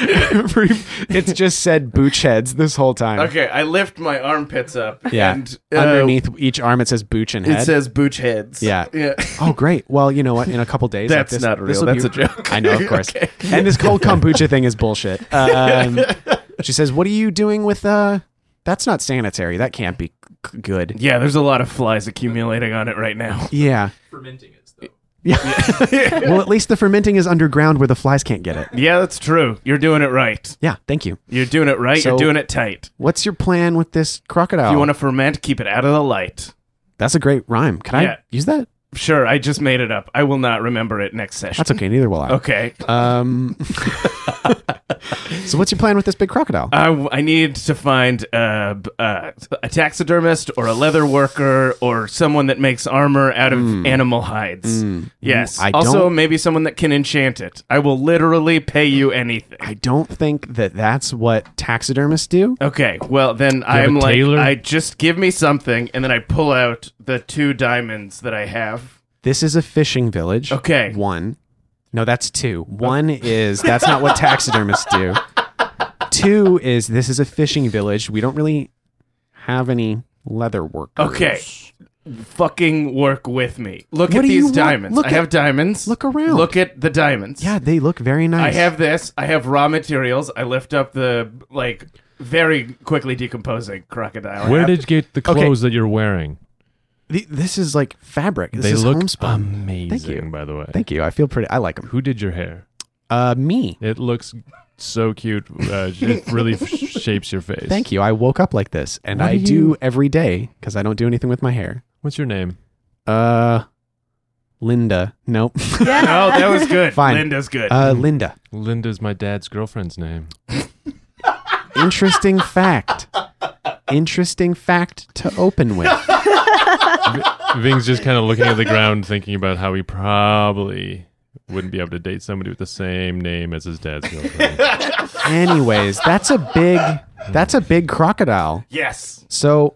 [SPEAKER 2] it's just said booch heads this whole time.
[SPEAKER 4] okay. I lift my armpits up.
[SPEAKER 2] Yeah.
[SPEAKER 4] And, uh,
[SPEAKER 2] Underneath each arm, it says booch and
[SPEAKER 4] It
[SPEAKER 2] head.
[SPEAKER 4] says booch heads.
[SPEAKER 2] Yeah.
[SPEAKER 4] Yeah.
[SPEAKER 2] oh, great. Well, you know what? In a couple days,
[SPEAKER 4] That's
[SPEAKER 2] like this,
[SPEAKER 4] not real.
[SPEAKER 2] this'll
[SPEAKER 4] That's a joke.
[SPEAKER 2] I know, of course.
[SPEAKER 4] Okay.
[SPEAKER 2] And this cold kombucha thing is bullshit. Um, she says, "What are you doing with uh? That's not sanitary. That can't be c- good."
[SPEAKER 4] Yeah, there's a lot of flies accumulating on it right now.
[SPEAKER 2] Yeah.
[SPEAKER 6] Fermenting is though.
[SPEAKER 2] Yeah. well, at least the fermenting is underground where the flies can't get it.
[SPEAKER 4] Yeah, that's true. You're doing it right.
[SPEAKER 2] Yeah. Thank you.
[SPEAKER 4] You're doing it right.
[SPEAKER 2] So- Oh.
[SPEAKER 4] You're doing it tight.
[SPEAKER 2] What's your plan with this crocodile?
[SPEAKER 4] If you want to ferment, keep it out of the light.
[SPEAKER 2] That's a great rhyme. Can I
[SPEAKER 4] Yeah.
[SPEAKER 2] use that?
[SPEAKER 4] Sure, I just made it up. I will not remember it next session.
[SPEAKER 2] That's okay. Neither will I.
[SPEAKER 4] Okay.
[SPEAKER 2] Um, so what's your plan with this big crocodile?
[SPEAKER 4] I, I need to find uh, b- uh, a taxidermist or a leather worker or someone that makes armor out of animal hides. Yes.
[SPEAKER 2] Hmm. I
[SPEAKER 4] also,
[SPEAKER 2] don't-
[SPEAKER 4] maybe someone that can enchant it. I will literally pay you anything.
[SPEAKER 2] I don't think that that's what taxidermists do.
[SPEAKER 4] Okay, well then
[SPEAKER 3] have
[SPEAKER 4] I'm
[SPEAKER 3] a
[SPEAKER 4] like
[SPEAKER 3] tailor?
[SPEAKER 4] I just give me something and then I pull out the two diamonds that I have.
[SPEAKER 2] This is a fishing village.
[SPEAKER 4] Okay. Oh.
[SPEAKER 2] One. No, that's two. One is that's not what taxidermists do. Two is this is a fishing village. We don't really have any leather work.
[SPEAKER 4] Okay. Fucking work with me. Look
[SPEAKER 2] What
[SPEAKER 4] at
[SPEAKER 2] do you
[SPEAKER 4] these
[SPEAKER 2] want?
[SPEAKER 4] diamonds.
[SPEAKER 2] Look
[SPEAKER 4] I
[SPEAKER 2] at-
[SPEAKER 4] have diamonds.
[SPEAKER 2] look around.
[SPEAKER 4] Look at the diamonds.
[SPEAKER 2] Yeah, they look very
[SPEAKER 4] I
[SPEAKER 2] nice.
[SPEAKER 4] have this. I have raw materials. I lift up the like very quickly decomposing crocodile.
[SPEAKER 3] Where
[SPEAKER 4] I
[SPEAKER 3] did you get the
[SPEAKER 2] Okay.
[SPEAKER 3] clothes that you're wearing?
[SPEAKER 2] Th- This is like fabric. This
[SPEAKER 3] they
[SPEAKER 2] is
[SPEAKER 3] look
[SPEAKER 2] homespun.
[SPEAKER 3] amazing,
[SPEAKER 2] Thank you.
[SPEAKER 3] by the way.
[SPEAKER 2] Thank you. I feel pretty. I like them.
[SPEAKER 3] Who did your hair?
[SPEAKER 2] Uh, me.
[SPEAKER 3] It looks so cute. Uh, it just really f- shapes your face.
[SPEAKER 2] Thank you. I woke up like this, and
[SPEAKER 3] What
[SPEAKER 2] I
[SPEAKER 3] do
[SPEAKER 2] do
[SPEAKER 3] you-
[SPEAKER 2] every day because I don't do anything with my hair.
[SPEAKER 3] What's your name?
[SPEAKER 2] Uh, Linda. Nope.
[SPEAKER 4] Oh,
[SPEAKER 5] Yeah.
[SPEAKER 4] that was good.
[SPEAKER 2] Fine.
[SPEAKER 4] Linda's good.
[SPEAKER 2] uh, Linda.
[SPEAKER 3] Linda's my dad's girlfriend's name.
[SPEAKER 2] Interesting fact. Interesting fact to open with.
[SPEAKER 3] Ving's just kind of looking at the ground, thinking about how he probably wouldn't be able to date somebody with the same name as his dad's girlfriend.
[SPEAKER 2] Anyways, that's a big. That's a big crocodile.
[SPEAKER 4] yes.
[SPEAKER 2] So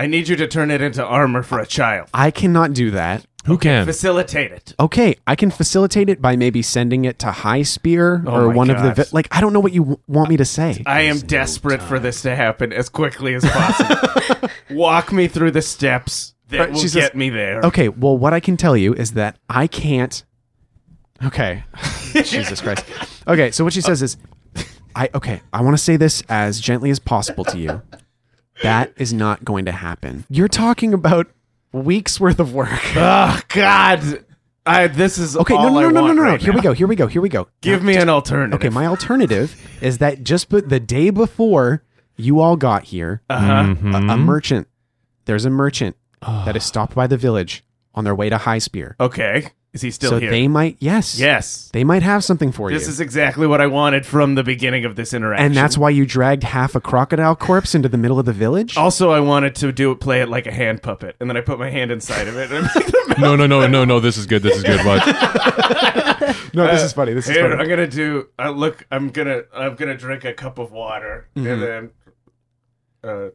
[SPEAKER 4] I need you to turn it into armor for a child.
[SPEAKER 2] I cannot do that.
[SPEAKER 3] Who can?
[SPEAKER 4] Facilitate it.
[SPEAKER 2] okay, I can facilitate it by maybe sending it to High Spear
[SPEAKER 4] Oh
[SPEAKER 2] or
[SPEAKER 4] my
[SPEAKER 2] one of the
[SPEAKER 4] gosh.
[SPEAKER 2] vi- like. I don't know what you w- want me to say.
[SPEAKER 4] I am desperate for this to happen as quickly as possible. Walk me through the steps that
[SPEAKER 2] Right,
[SPEAKER 4] will
[SPEAKER 2] she
[SPEAKER 4] get
[SPEAKER 2] says-
[SPEAKER 4] me there.
[SPEAKER 2] okay, well, what I can tell you is that I can't. Okay, Jesus Christ. Okay, so what she says is, I okay, I want to say this as gently as possible to you. That is not going to happen. You're talking about weeks worth of work.
[SPEAKER 4] Oh God, I this is
[SPEAKER 2] Okay, no,
[SPEAKER 4] all
[SPEAKER 2] no,
[SPEAKER 4] I
[SPEAKER 2] no, no, no,
[SPEAKER 4] want
[SPEAKER 2] no, no.
[SPEAKER 4] right
[SPEAKER 2] Here we
[SPEAKER 4] now.
[SPEAKER 2] go. Here we go. Here we go.
[SPEAKER 4] Give me an alternative.
[SPEAKER 2] Okay, my alternative is that just but the day before you all got here,
[SPEAKER 4] uh-huh.
[SPEAKER 2] a, a
[SPEAKER 3] Mm-hmm.
[SPEAKER 2] merchant, there's a merchant Mm-hmm. that is stopped by the village on their way to High Spear.
[SPEAKER 4] Okay, is he still
[SPEAKER 2] Mm. so
[SPEAKER 4] here?
[SPEAKER 2] they might, yes,
[SPEAKER 4] yes,
[SPEAKER 2] they might have something for
[SPEAKER 4] this
[SPEAKER 2] you.
[SPEAKER 4] is exactly what I wanted from the beginning of this interaction.
[SPEAKER 2] and that's why you dragged half a crocodile corpse into the middle of the village.
[SPEAKER 4] also I wanted to do it, play it like a hand puppet, and then I put my hand inside of it. And I'm
[SPEAKER 3] No, no, no, no, no. This is good. This is good. Watch.
[SPEAKER 2] no, this is funny. This is
[SPEAKER 4] uh, Here,
[SPEAKER 2] funny.
[SPEAKER 4] I'm gonna do. I look. I'm gonna. I'm gonna drink a cup of water,
[SPEAKER 2] Mm-hmm.
[SPEAKER 4] and then. Uh,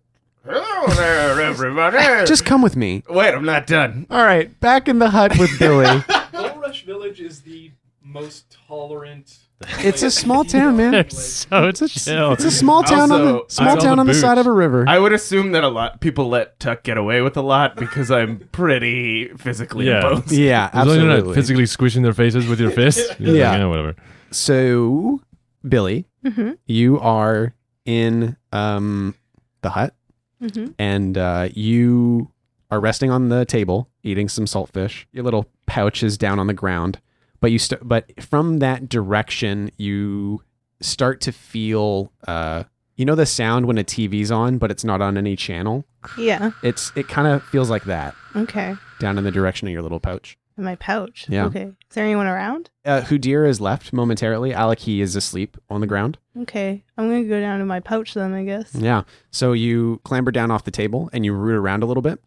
[SPEAKER 4] hello there, everybody.
[SPEAKER 2] Just come with me.
[SPEAKER 4] wait. I'm not done.
[SPEAKER 2] All right, back in the hut with Billy.
[SPEAKER 6] Bull Rush Village is the most tolerant.
[SPEAKER 2] it's a small town, man.
[SPEAKER 3] so it's a chill.
[SPEAKER 2] It's a small town on
[SPEAKER 4] Also,
[SPEAKER 2] the small
[SPEAKER 3] it's on
[SPEAKER 2] town
[SPEAKER 3] the
[SPEAKER 2] on the
[SPEAKER 3] boots.
[SPEAKER 2] side of a river.
[SPEAKER 4] I would assume that a lot people let Tuck get away with a lot because I'm pretty physically
[SPEAKER 3] Yeah.
[SPEAKER 4] imposed.
[SPEAKER 2] yeah,
[SPEAKER 3] As long as you're
[SPEAKER 2] absolutely.
[SPEAKER 3] not physically squishing their faces with your fist. you're like,
[SPEAKER 2] Yeah.
[SPEAKER 3] yeah, whatever.
[SPEAKER 2] so billy
[SPEAKER 5] Mhm.
[SPEAKER 2] you are in um the hut
[SPEAKER 5] Mhm.
[SPEAKER 2] and uh you are resting on the table eating some saltfish your little pouch is down on the ground but you st- but from that direction you start to feel uh you know the sound when a TV's on but it's not on any channel
[SPEAKER 5] Yeah.
[SPEAKER 2] it's it kind of feels like that
[SPEAKER 5] Okay.
[SPEAKER 2] down in the direction of your little pouch
[SPEAKER 5] In my pouch.
[SPEAKER 2] Yeah.
[SPEAKER 5] Okay. Is there anyone around?
[SPEAKER 2] uh Houdir is left momentarily Alaki is asleep on the ground
[SPEAKER 5] Okay. I'm gonna go down to my pouch then. I guess.
[SPEAKER 2] Yeah. So you clamber down off the table and you root around a little bit.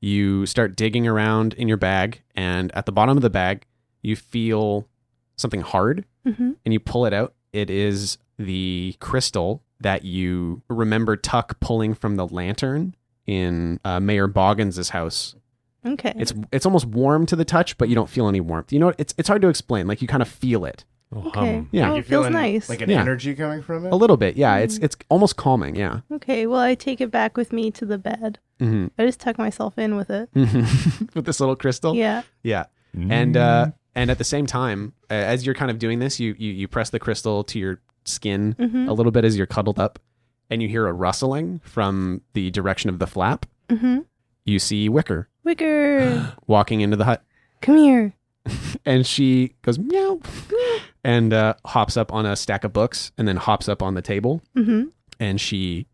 [SPEAKER 2] You start digging around in your bag, and at the bottom of the bag, you feel something hard
[SPEAKER 5] Mm-hmm.
[SPEAKER 2] and you pull it out. It is the crystal that you remember Tuck pulling from the lantern in uh, Mayor Boggins' house.
[SPEAKER 5] Okay.
[SPEAKER 2] It's it's almost warm to the touch, but you don't feel any warmth. You know, what? it's it's hard to explain. Like you kind of feel it
[SPEAKER 3] Oh,
[SPEAKER 5] okay.
[SPEAKER 3] hum.
[SPEAKER 2] Yeah.
[SPEAKER 5] Oh,
[SPEAKER 2] You
[SPEAKER 5] it feels nice.
[SPEAKER 4] Like an
[SPEAKER 2] Yeah.
[SPEAKER 4] energy coming from it.
[SPEAKER 2] a little bit. Yeah, it's it's almost calming. Yeah.
[SPEAKER 5] okay. Well, I take it back with me to the bed.
[SPEAKER 2] hmm
[SPEAKER 5] I just tuck myself in with it.
[SPEAKER 2] With this little crystal.
[SPEAKER 5] Yeah.
[SPEAKER 2] Yeah. and
[SPEAKER 5] Mm-hmm.
[SPEAKER 2] uh, and at the same time, uh, as you're kind of doing this, you you, you press the crystal to your skin
[SPEAKER 5] Mhm.
[SPEAKER 2] a little bit as you're cuddled up, and you hear a rustling from the direction of the flap.
[SPEAKER 5] Mm-hmm.
[SPEAKER 2] You see Wicker
[SPEAKER 5] Wicker,
[SPEAKER 2] walking into the hut,
[SPEAKER 5] come here.
[SPEAKER 2] and she goes meow, and uh, hops up on a stack of books, and then hops up on the table,
[SPEAKER 5] Mm-hmm.
[SPEAKER 2] and she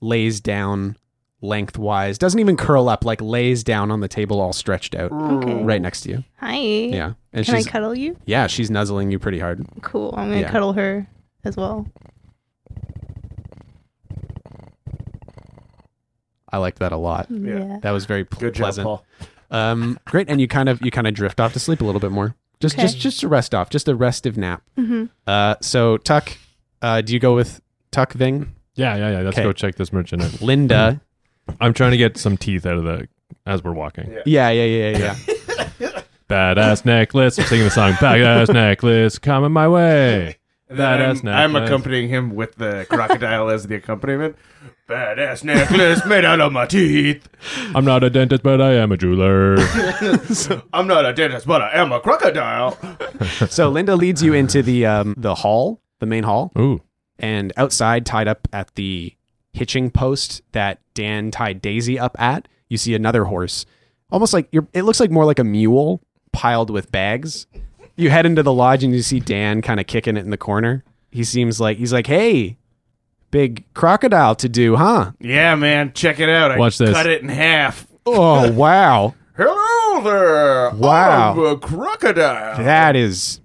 [SPEAKER 2] lays down lengthwise, doesn't even curl up, like lays down on the table, all stretched out,
[SPEAKER 5] Okay.
[SPEAKER 2] right next to you.
[SPEAKER 5] Hi.
[SPEAKER 2] Yeah, and
[SPEAKER 5] Mm. Can I
[SPEAKER 2] she's
[SPEAKER 5] cuddle you?
[SPEAKER 2] yeah, she's nuzzling you pretty hard.
[SPEAKER 5] Cool. I'm gonna
[SPEAKER 2] Yeah.
[SPEAKER 5] cuddle her as well.
[SPEAKER 2] I liked that a lot.
[SPEAKER 5] Yeah.
[SPEAKER 2] That was very pl-
[SPEAKER 4] Good job,
[SPEAKER 2] pleasant.
[SPEAKER 4] Paul.
[SPEAKER 2] Um, great, and you kind of you kind of drift off to sleep a little bit more. Just
[SPEAKER 5] Okay.
[SPEAKER 2] just just a rest off, just a restive nap.
[SPEAKER 5] Mm-hmm.
[SPEAKER 2] Uh, so Tuck, uh, do you go with Tuck Ving?
[SPEAKER 3] Yeah, yeah, yeah. Let's
[SPEAKER 2] Okay.
[SPEAKER 3] go check this merchant out.
[SPEAKER 2] Linda.
[SPEAKER 3] I'm trying to get some teeth out of the as we're walking.
[SPEAKER 2] yeah,
[SPEAKER 4] Yeah.
[SPEAKER 2] yeah, yeah, yeah.
[SPEAKER 3] Badass necklace. I'm singing the song. Badass necklace coming my way.
[SPEAKER 4] And then
[SPEAKER 3] Badass
[SPEAKER 4] I'm, I'm
[SPEAKER 3] necklace.
[SPEAKER 4] accompanying him with the crocodile as the accompaniment. Badass necklace made out of my teeth.
[SPEAKER 3] I'm not a dentist, but I am a jeweler.
[SPEAKER 4] I'm not a dentist, but I am a crocodile.
[SPEAKER 2] yeah. so Linda leads you into the um, the hall, the main hall,
[SPEAKER 3] Ooh,
[SPEAKER 2] and outside, tied up at the hitching post that Dan tied Daisy up at, you see another horse, almost like you're, it looks like more like a mule piled with bags. You head into the lodge and you see Dan kind of kicking it in the corner. He seems like he's like, "Hey, big crocodile to do, huh?"
[SPEAKER 4] Yeah, man, check it out. I
[SPEAKER 3] Watch this.
[SPEAKER 4] Cut it in half.
[SPEAKER 2] Oh wow,
[SPEAKER 4] Hello there.
[SPEAKER 2] Wow.
[SPEAKER 4] I'm a crocodile.
[SPEAKER 2] that is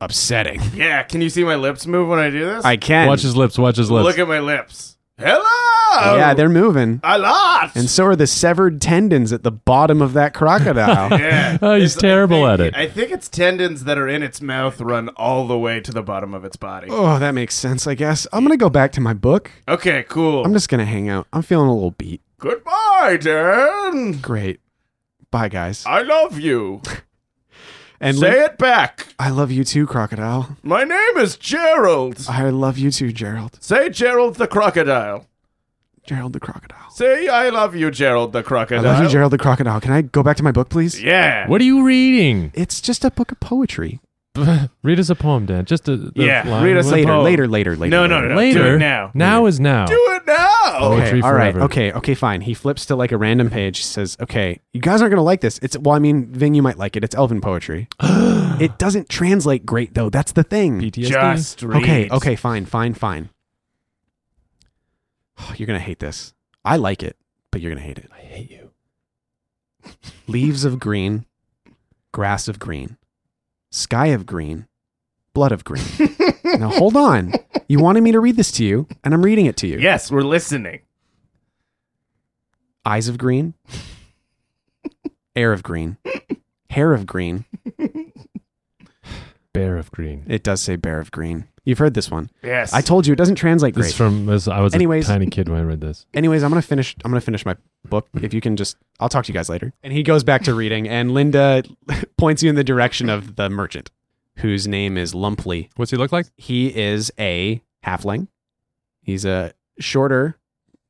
[SPEAKER 2] upsetting.
[SPEAKER 4] Yeah, can you see my lips move when I do this?
[SPEAKER 2] I can't.
[SPEAKER 3] watch his lips. Watch his lips.
[SPEAKER 4] Look at my lips. Hello.
[SPEAKER 3] Oh.
[SPEAKER 2] yeah, they're moving,
[SPEAKER 4] a lot.
[SPEAKER 2] and so are the severed tendons at the bottom of that crocodile.
[SPEAKER 4] yeah.
[SPEAKER 3] oh, he's
[SPEAKER 4] It's- I
[SPEAKER 3] terrible
[SPEAKER 4] think-
[SPEAKER 3] at it.
[SPEAKER 4] I think its tendons that are in its mouth run all the way to the bottom of its body.
[SPEAKER 2] Oh, that makes sense, I guess. I'm gonna go back to my book.
[SPEAKER 4] Okay, cool.
[SPEAKER 2] I'm just gonna hang out. I'm feeling a little beat.
[SPEAKER 4] Goodbye, Dan.
[SPEAKER 2] Great. Bye, guys.
[SPEAKER 4] I love you.
[SPEAKER 2] And
[SPEAKER 4] Uh, Say
[SPEAKER 2] Link-
[SPEAKER 4] it back.
[SPEAKER 2] I love you too, Crocodile.
[SPEAKER 4] My name is Gerald.
[SPEAKER 2] I love you too, Gerald.
[SPEAKER 4] Say Gerald the crocodile.
[SPEAKER 2] Gerald the Crocodile.
[SPEAKER 4] Say I love you, Gerald the
[SPEAKER 2] I
[SPEAKER 4] crocodile.
[SPEAKER 2] love you, Gerald the Crocodile. Can I go back to my book, please?
[SPEAKER 4] Yeah.
[SPEAKER 3] What are you reading?
[SPEAKER 2] It's just a book of poetry.
[SPEAKER 3] Read us a poem, Dad. Just a, the
[SPEAKER 4] Yeah,
[SPEAKER 3] line.
[SPEAKER 4] read us a
[SPEAKER 3] What-
[SPEAKER 2] Later,
[SPEAKER 4] poem.
[SPEAKER 2] later, later, later.
[SPEAKER 4] No, no,
[SPEAKER 2] later.
[SPEAKER 4] no,
[SPEAKER 3] later.
[SPEAKER 4] Do it now.
[SPEAKER 3] Now is now.
[SPEAKER 4] Do it now.
[SPEAKER 2] Okay,
[SPEAKER 3] Poetry
[SPEAKER 2] all right.
[SPEAKER 3] forever.
[SPEAKER 2] Okay, okay, fine. He flips to like a random page. He says, "Okay, you guys aren't gonna like this. It's well, I mean, Ving, you might like it. It's Elven poetry. it doesn't translate great though. That's the thing.
[SPEAKER 3] PTSD.
[SPEAKER 4] Just read.
[SPEAKER 2] Okay, okay, fine, fine, fine. You're gonna hate this. I like it, but you're gonna hate it.
[SPEAKER 3] I hate you.
[SPEAKER 2] Leaves of green, grass of green, sky of green, blood of green. now hold on. You wanted me to read this to you, and I'm reading it to you.
[SPEAKER 4] Yes, we're listening.
[SPEAKER 2] eyes of green, air of green, hair of green.
[SPEAKER 3] Bear of green.
[SPEAKER 2] It does say bear of green. You've heard this one.
[SPEAKER 4] Yes.
[SPEAKER 2] I told you it doesn't translate
[SPEAKER 3] This
[SPEAKER 2] great.
[SPEAKER 3] is from as I was
[SPEAKER 2] Anyways.
[SPEAKER 3] a tiny kid when I read this.
[SPEAKER 2] Anyways, I'm gonna finish. I'm gonna finish my book. If you can just, I'll talk to you guys later. And he goes back to reading, and Linda points you in the direction of the merchant, whose name is Lumpley.
[SPEAKER 3] What's he look like?
[SPEAKER 2] He is a halfling. He's a shorter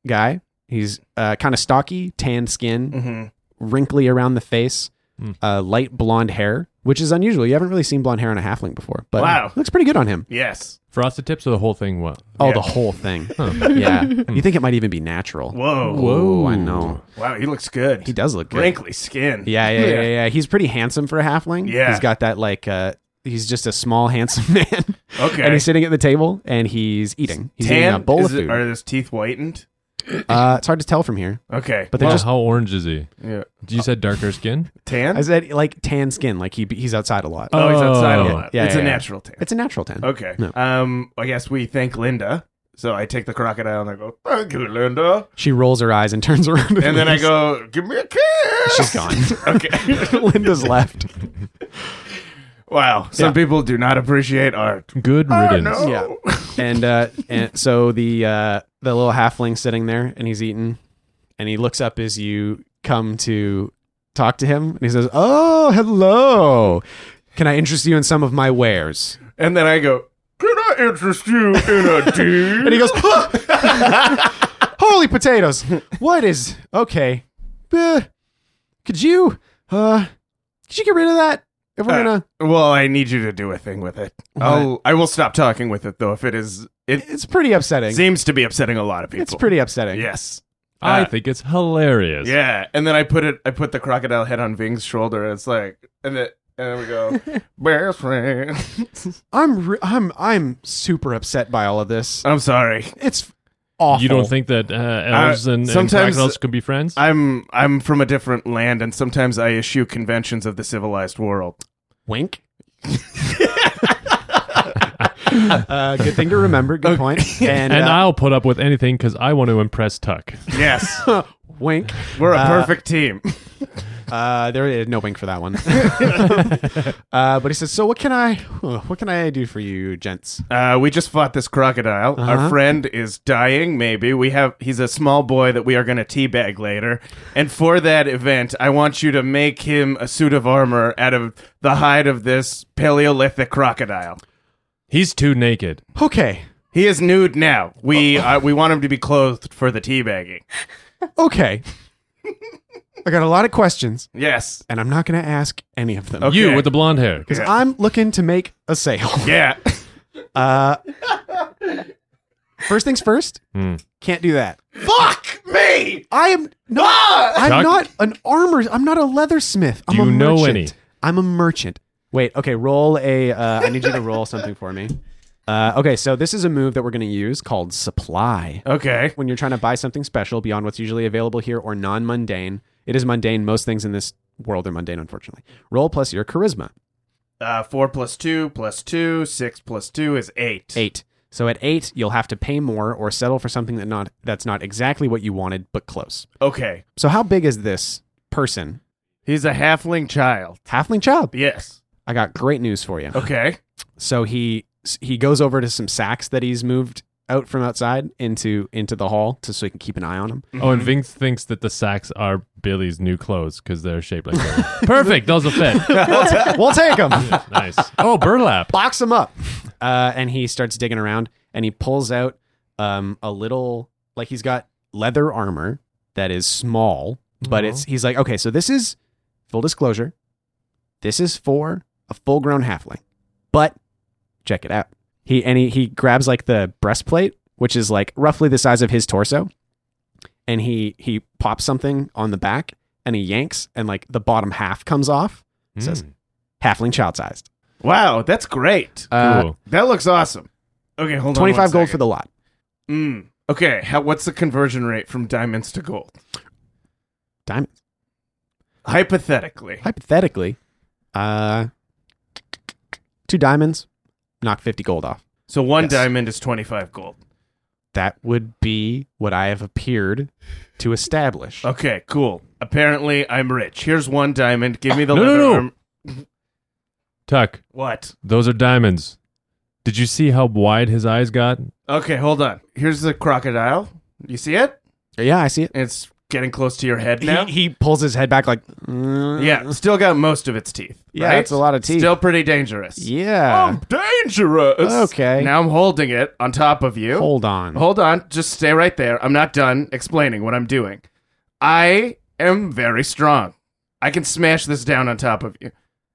[SPEAKER 2] guy. He's uh, kind of stocky, tan skin,
[SPEAKER 4] hmm
[SPEAKER 2] wrinkly around the face,
[SPEAKER 3] Mm.
[SPEAKER 2] uh, light blonde hair, which is unusual. You haven't really seen blonde hair on a halfling before, but
[SPEAKER 4] Wow.
[SPEAKER 2] it looks pretty good on him.
[SPEAKER 4] Yes.
[SPEAKER 3] Frosted tips or the whole thing? What?
[SPEAKER 2] Oh,
[SPEAKER 4] Yeah. Hmm.
[SPEAKER 2] the whole thing.
[SPEAKER 3] Huh.
[SPEAKER 2] yeah, you think it might even be natural?
[SPEAKER 4] Whoa.
[SPEAKER 2] Whoa, I know.
[SPEAKER 4] Wow, he looks good.
[SPEAKER 2] He does look good.
[SPEAKER 4] Wrinkly skin.
[SPEAKER 2] Yeah, yeah, yeah, yeah, yeah. He's pretty handsome for a halfling.
[SPEAKER 4] Yeah.
[SPEAKER 2] he's got that like. Uh, he's just a small, handsome man,
[SPEAKER 4] Okay.
[SPEAKER 2] and he's sitting at the table and he's eating. He's eating a bowl
[SPEAKER 4] Is
[SPEAKER 2] of
[SPEAKER 4] it-
[SPEAKER 2] food.
[SPEAKER 4] are his teeth whitened?
[SPEAKER 2] uh, it's hard to tell from here,
[SPEAKER 4] Okay.
[SPEAKER 2] but they
[SPEAKER 3] Wow,
[SPEAKER 2] just.
[SPEAKER 3] how orange is he?
[SPEAKER 4] Yeah.
[SPEAKER 3] You said darker skin.
[SPEAKER 4] Tan?
[SPEAKER 2] I said like tan skin, like he he's outside a lot.
[SPEAKER 4] oh, he's outside a
[SPEAKER 3] Oh.
[SPEAKER 4] lot.
[SPEAKER 2] Yeah,
[SPEAKER 4] it's
[SPEAKER 2] yeah,
[SPEAKER 4] a
[SPEAKER 2] yeah.
[SPEAKER 4] natural tan.
[SPEAKER 2] It's a natural tan.
[SPEAKER 4] okay.
[SPEAKER 2] No.
[SPEAKER 4] Um, I guess we thank Linda. So I take the crocodile and I go, thank you, Linda.
[SPEAKER 2] She rolls her eyes and turns around,
[SPEAKER 4] And then I
[SPEAKER 2] leaves.
[SPEAKER 4] go, give me a kiss.
[SPEAKER 2] She's gone.
[SPEAKER 4] okay.
[SPEAKER 2] Linda's left.
[SPEAKER 4] Wow. Some people do not appreciate art.
[SPEAKER 3] Good
[SPEAKER 4] Oh,
[SPEAKER 3] riddance.
[SPEAKER 4] no.
[SPEAKER 2] Yeah. And uh and so the uh the little halfling sitting there and he's eating and he looks up as you come to talk to him and he says, "Oh, hello. Can I interest you in some of my wares?"
[SPEAKER 4] And then I go, can I interest you in a deal?
[SPEAKER 2] And he goes, "Huh! "Holy potatoes. What is Okay. Uh, could you uh could you get rid of that? If we're
[SPEAKER 4] Uh,
[SPEAKER 2] going to
[SPEAKER 4] Well, I need you to do a thing with it. I'll, I will stop talking with it though if it is. It
[SPEAKER 2] It's pretty upsetting.
[SPEAKER 4] seems to be upsetting a lot of people.
[SPEAKER 2] It's pretty upsetting.
[SPEAKER 4] Yes.
[SPEAKER 3] I
[SPEAKER 4] Uh,
[SPEAKER 3] think it's hilarious.
[SPEAKER 4] Yeah. And then I put it. I put the crocodile head on Ving's shoulder, and it's like, and then and then we go, best friend.
[SPEAKER 2] I'm re- I'm I'm super upset by all of this.
[SPEAKER 4] I'm sorry.
[SPEAKER 2] It's awful.
[SPEAKER 3] Uh, You don't think that uh, elves and, and
[SPEAKER 4] sometimes-
[SPEAKER 3] crocodiles can be friends?
[SPEAKER 4] I'm I'm from a different land, and sometimes I eschew conventions of the civilized world.
[SPEAKER 2] Wink. uh, good thing to remember. Good point. And,
[SPEAKER 3] and
[SPEAKER 2] uh,
[SPEAKER 3] I'll put up with anything because I want to impress Tuck.
[SPEAKER 4] Yes,
[SPEAKER 2] uh, wink.
[SPEAKER 4] we're a perfect team.
[SPEAKER 2] Uh, there is no wink for that one. uh, but he says, "So what can I, what can I do for you, gents?"
[SPEAKER 4] Uh, we just fought this crocodile. Our friend is dying. Maybe we have. He's a small boy that we are going to teabag later. And for that event, I want you to make him a suit of armor out of the hide of this Paleolithic crocodile.
[SPEAKER 3] He's too naked.
[SPEAKER 2] Okay,
[SPEAKER 4] He is nude now. We uh, we want him to be clothed for the teabagging.
[SPEAKER 2] okay. I got a lot of questions,
[SPEAKER 4] Yes.
[SPEAKER 2] and I'm not going to ask any of them
[SPEAKER 4] Okay.
[SPEAKER 3] You with the blonde hair.
[SPEAKER 2] because
[SPEAKER 4] Yeah.
[SPEAKER 2] I'm looking to make a sale.
[SPEAKER 4] Yeah.
[SPEAKER 2] Uh, first things first.
[SPEAKER 3] Hmm.
[SPEAKER 2] Can't do that.
[SPEAKER 4] Fuck me.
[SPEAKER 2] I am not. I'm
[SPEAKER 3] Chuck?
[SPEAKER 2] not an armor. I'm not a leathersmith. I'm
[SPEAKER 3] Do
[SPEAKER 2] a
[SPEAKER 3] you know
[SPEAKER 2] merchant.
[SPEAKER 3] any?
[SPEAKER 2] I'm a merchant. Wait. Okay. Roll a. Uh, I need you to roll something for me. Uh, okay. So this is a move that we're going to use called supply. Uh,
[SPEAKER 4] Okay.
[SPEAKER 2] When you're trying to buy something special beyond what's usually available here or non-mundane, it is mundane. Most things in this world are mundane, unfortunately. Roll plus your charisma.
[SPEAKER 4] Uh, four plus two plus two six plus two is eight.
[SPEAKER 2] Eight. So at eight, you'll have to pay more or settle for something that not that's not exactly what you wanted, but close.
[SPEAKER 4] Okay.
[SPEAKER 2] So how big is this person?
[SPEAKER 4] He's a halfling child.
[SPEAKER 2] Halfling child.
[SPEAKER 4] Yes.
[SPEAKER 2] I got great news for you.
[SPEAKER 4] Okay.
[SPEAKER 2] So he he goes over to some sacks that he's moved out from outside into into the hall to so he can keep an eye on him.
[SPEAKER 3] Oh, and Vince thinks that the sacks are Billy's new clothes because they're shaped like that. Perfect. Those will fit.
[SPEAKER 2] we'll take him.
[SPEAKER 3] nice. Oh, burlap.
[SPEAKER 2] box him up. Uh, and he starts digging around and he pulls out um, a little, like he's got leather armor that is small, but
[SPEAKER 3] Aw.
[SPEAKER 2] it's, he's like, okay, so this is, full disclosure, this is for a full grown halfling. But check it out. He, and he, he grabs like the breastplate, which is like roughly the size of his torso. And he, he pops something on the back and he yanks and like the bottom half comes off.
[SPEAKER 3] Hmm,
[SPEAKER 2] Says halfling child sized.
[SPEAKER 4] Wow, that's great.
[SPEAKER 2] Uh,
[SPEAKER 3] cool.
[SPEAKER 4] That looks awesome. Okay, hold on.
[SPEAKER 2] 25 gold for the lot.
[SPEAKER 4] the. Mm. Okay, how, what's the conversion rate from diamonds to gold?
[SPEAKER 2] Diamond.
[SPEAKER 4] Hypothetically.
[SPEAKER 2] hypothetically, uh, two diamonds, knock 50 gold off.
[SPEAKER 4] So one
[SPEAKER 2] Yes.
[SPEAKER 4] diamond is 25 gold.
[SPEAKER 2] That would be what I have appeared to establish.
[SPEAKER 4] Okay, cool. Apparently, I'm rich. Here's one diamond. Give me the
[SPEAKER 3] No, no,
[SPEAKER 4] leather
[SPEAKER 3] no.
[SPEAKER 4] arm-
[SPEAKER 3] Tuck,
[SPEAKER 4] What?
[SPEAKER 3] those are diamonds. Did you see how wide his eyes got?
[SPEAKER 4] Okay, hold on. Here's the crocodile. You see it?
[SPEAKER 2] Yeah, I see it.
[SPEAKER 4] It's getting close to your head now.
[SPEAKER 2] He, he pulls his head back like, mm,
[SPEAKER 4] yeah, still got most of its teeth.
[SPEAKER 2] Yeah,
[SPEAKER 4] right?
[SPEAKER 2] it's a lot of teeth.
[SPEAKER 4] Still pretty dangerous.
[SPEAKER 2] yeah.
[SPEAKER 4] I'm dangerous.
[SPEAKER 2] Okay.
[SPEAKER 4] Now I'm holding it on top of you.
[SPEAKER 2] Hold on.
[SPEAKER 4] Hold on. Just stay right there. I'm not done explaining what I'm doing. I am very strong. I can smash this down on top of you.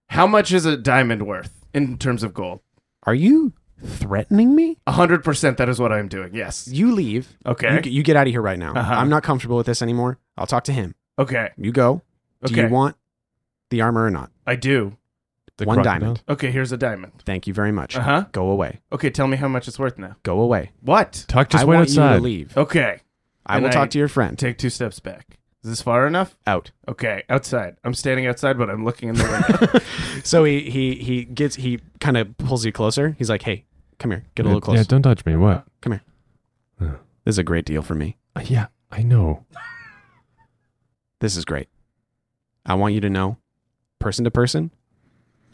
[SPEAKER 4] How much is a diamond worth in terms of gold?
[SPEAKER 2] Are you threatening me?
[SPEAKER 4] 100% that is what I'm doing. Yes.
[SPEAKER 2] You leave.
[SPEAKER 4] Okay.
[SPEAKER 2] You, you get out of here right now.
[SPEAKER 4] Uh-huh.
[SPEAKER 2] I'm not comfortable with this anymore. I'll talk to him.
[SPEAKER 4] Okay.
[SPEAKER 2] You go. Do
[SPEAKER 4] Okay.
[SPEAKER 2] you want the armor or not?
[SPEAKER 4] I do.
[SPEAKER 3] The
[SPEAKER 2] One
[SPEAKER 3] crocodile?
[SPEAKER 2] diamond.
[SPEAKER 4] Okay, here's a diamond.
[SPEAKER 2] Thank you very much.
[SPEAKER 4] Uh-huh.
[SPEAKER 2] Go away.
[SPEAKER 4] Okay, tell me how much it's worth now.
[SPEAKER 2] Go away.
[SPEAKER 4] What?
[SPEAKER 3] Tuck, just
[SPEAKER 2] I
[SPEAKER 3] wait
[SPEAKER 2] want you
[SPEAKER 3] outside.
[SPEAKER 2] to leave.
[SPEAKER 4] Okay.
[SPEAKER 2] I
[SPEAKER 4] Oh, And
[SPEAKER 2] will
[SPEAKER 4] I-
[SPEAKER 2] talk to your friend.
[SPEAKER 4] Take two steps back. Is this far enough?
[SPEAKER 2] Out.
[SPEAKER 4] Okay, outside. I'm standing outside, but I'm looking in the window.
[SPEAKER 2] So he he he gets he kind of pulls you closer. He's like, "Hey, come here, get a little
[SPEAKER 3] Yeah, Yeah,
[SPEAKER 2] close.
[SPEAKER 3] don't touch me. What?
[SPEAKER 2] Come here. This is a great deal for me.
[SPEAKER 3] Uh, Yeah, I know.
[SPEAKER 2] This is great. I want you to know, person to person.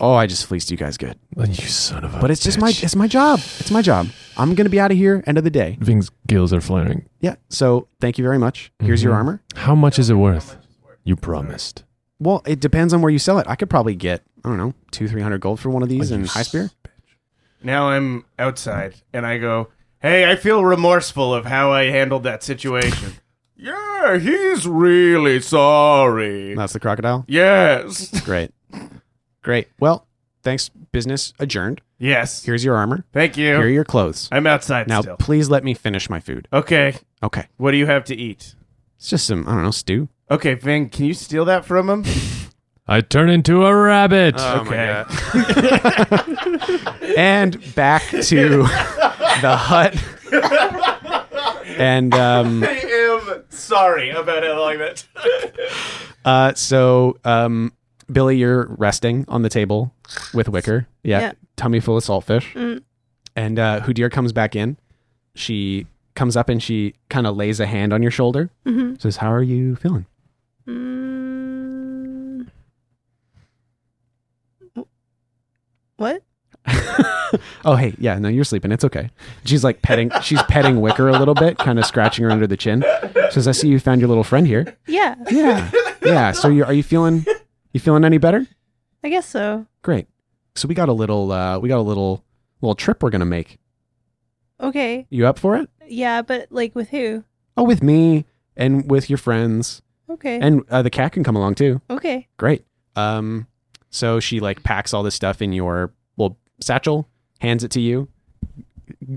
[SPEAKER 2] Oh, I just fleeced you guys good,
[SPEAKER 3] Uh, You son of a.
[SPEAKER 2] but it's just my
[SPEAKER 3] bitch.
[SPEAKER 2] it's my job. It's my job. I'm gonna be out of here end of the day.
[SPEAKER 3] Ving's gills are flaring.
[SPEAKER 2] Yeah. So thank you very much. Here's your
[SPEAKER 3] Mhm.
[SPEAKER 2] armor.
[SPEAKER 3] How much is it worth? You promised.
[SPEAKER 2] Well, it depends on where you sell it. I could probably get I don't know two three hundred gold for one of these
[SPEAKER 3] Oh, you
[SPEAKER 2] in high spear.
[SPEAKER 4] now I'm outside, and I go, hey, I feel remorseful of how I handled that situation. yeah, he's really sorry.
[SPEAKER 2] That's the crocodile.
[SPEAKER 4] Yes.
[SPEAKER 2] Great, great. Well, thanks. Business adjourned.
[SPEAKER 4] Yes.
[SPEAKER 2] Here's your armor.
[SPEAKER 4] Thank you.
[SPEAKER 2] Here are your clothes.
[SPEAKER 4] I'm outside
[SPEAKER 2] Now,
[SPEAKER 4] still.
[SPEAKER 2] please let me finish my food.
[SPEAKER 4] Okay,
[SPEAKER 2] Okay.
[SPEAKER 4] what do you have to eat?
[SPEAKER 2] It's just some, I don't know, stew.
[SPEAKER 4] Okay, Ving, can you steal that from him?
[SPEAKER 3] I turn into a rabbit.
[SPEAKER 4] okay.
[SPEAKER 2] And back to the hut. and um,
[SPEAKER 4] I am sorry about how long that
[SPEAKER 2] uh, so, um, Billy, you're resting on the table with Wicker. Yeah.
[SPEAKER 5] Yeah.
[SPEAKER 2] Tummy full of saltfish.
[SPEAKER 5] Mm.
[SPEAKER 2] And uh, Houdir comes back in. She comes up and she kind of lays a hand on your shoulder.
[SPEAKER 5] Mhm.
[SPEAKER 2] Says, How are you feeling?
[SPEAKER 5] Mm. Wh- What?
[SPEAKER 2] Oh, hey, yeah, no, you're sleeping. It's okay. She's like petting, she's petting Wicker a little bit, kind of scratching her under the chin. Says, I see you found your little friend here.
[SPEAKER 5] Yeah,
[SPEAKER 2] Yeah, yeah. So you are you feeling, you feeling any better?
[SPEAKER 5] I guess so.
[SPEAKER 2] Great. So we got a little, uh, we got a little, little trip we're gonna make.
[SPEAKER 5] Okay.
[SPEAKER 2] You up for it?
[SPEAKER 5] Yeah, but like with who?
[SPEAKER 2] Oh, with me and with your friends,
[SPEAKER 5] Okay.
[SPEAKER 2] and uh, the cat can come along too.
[SPEAKER 5] okay.
[SPEAKER 2] Great. Um, so she like packs all this stuff in your well satchel, hands it to you,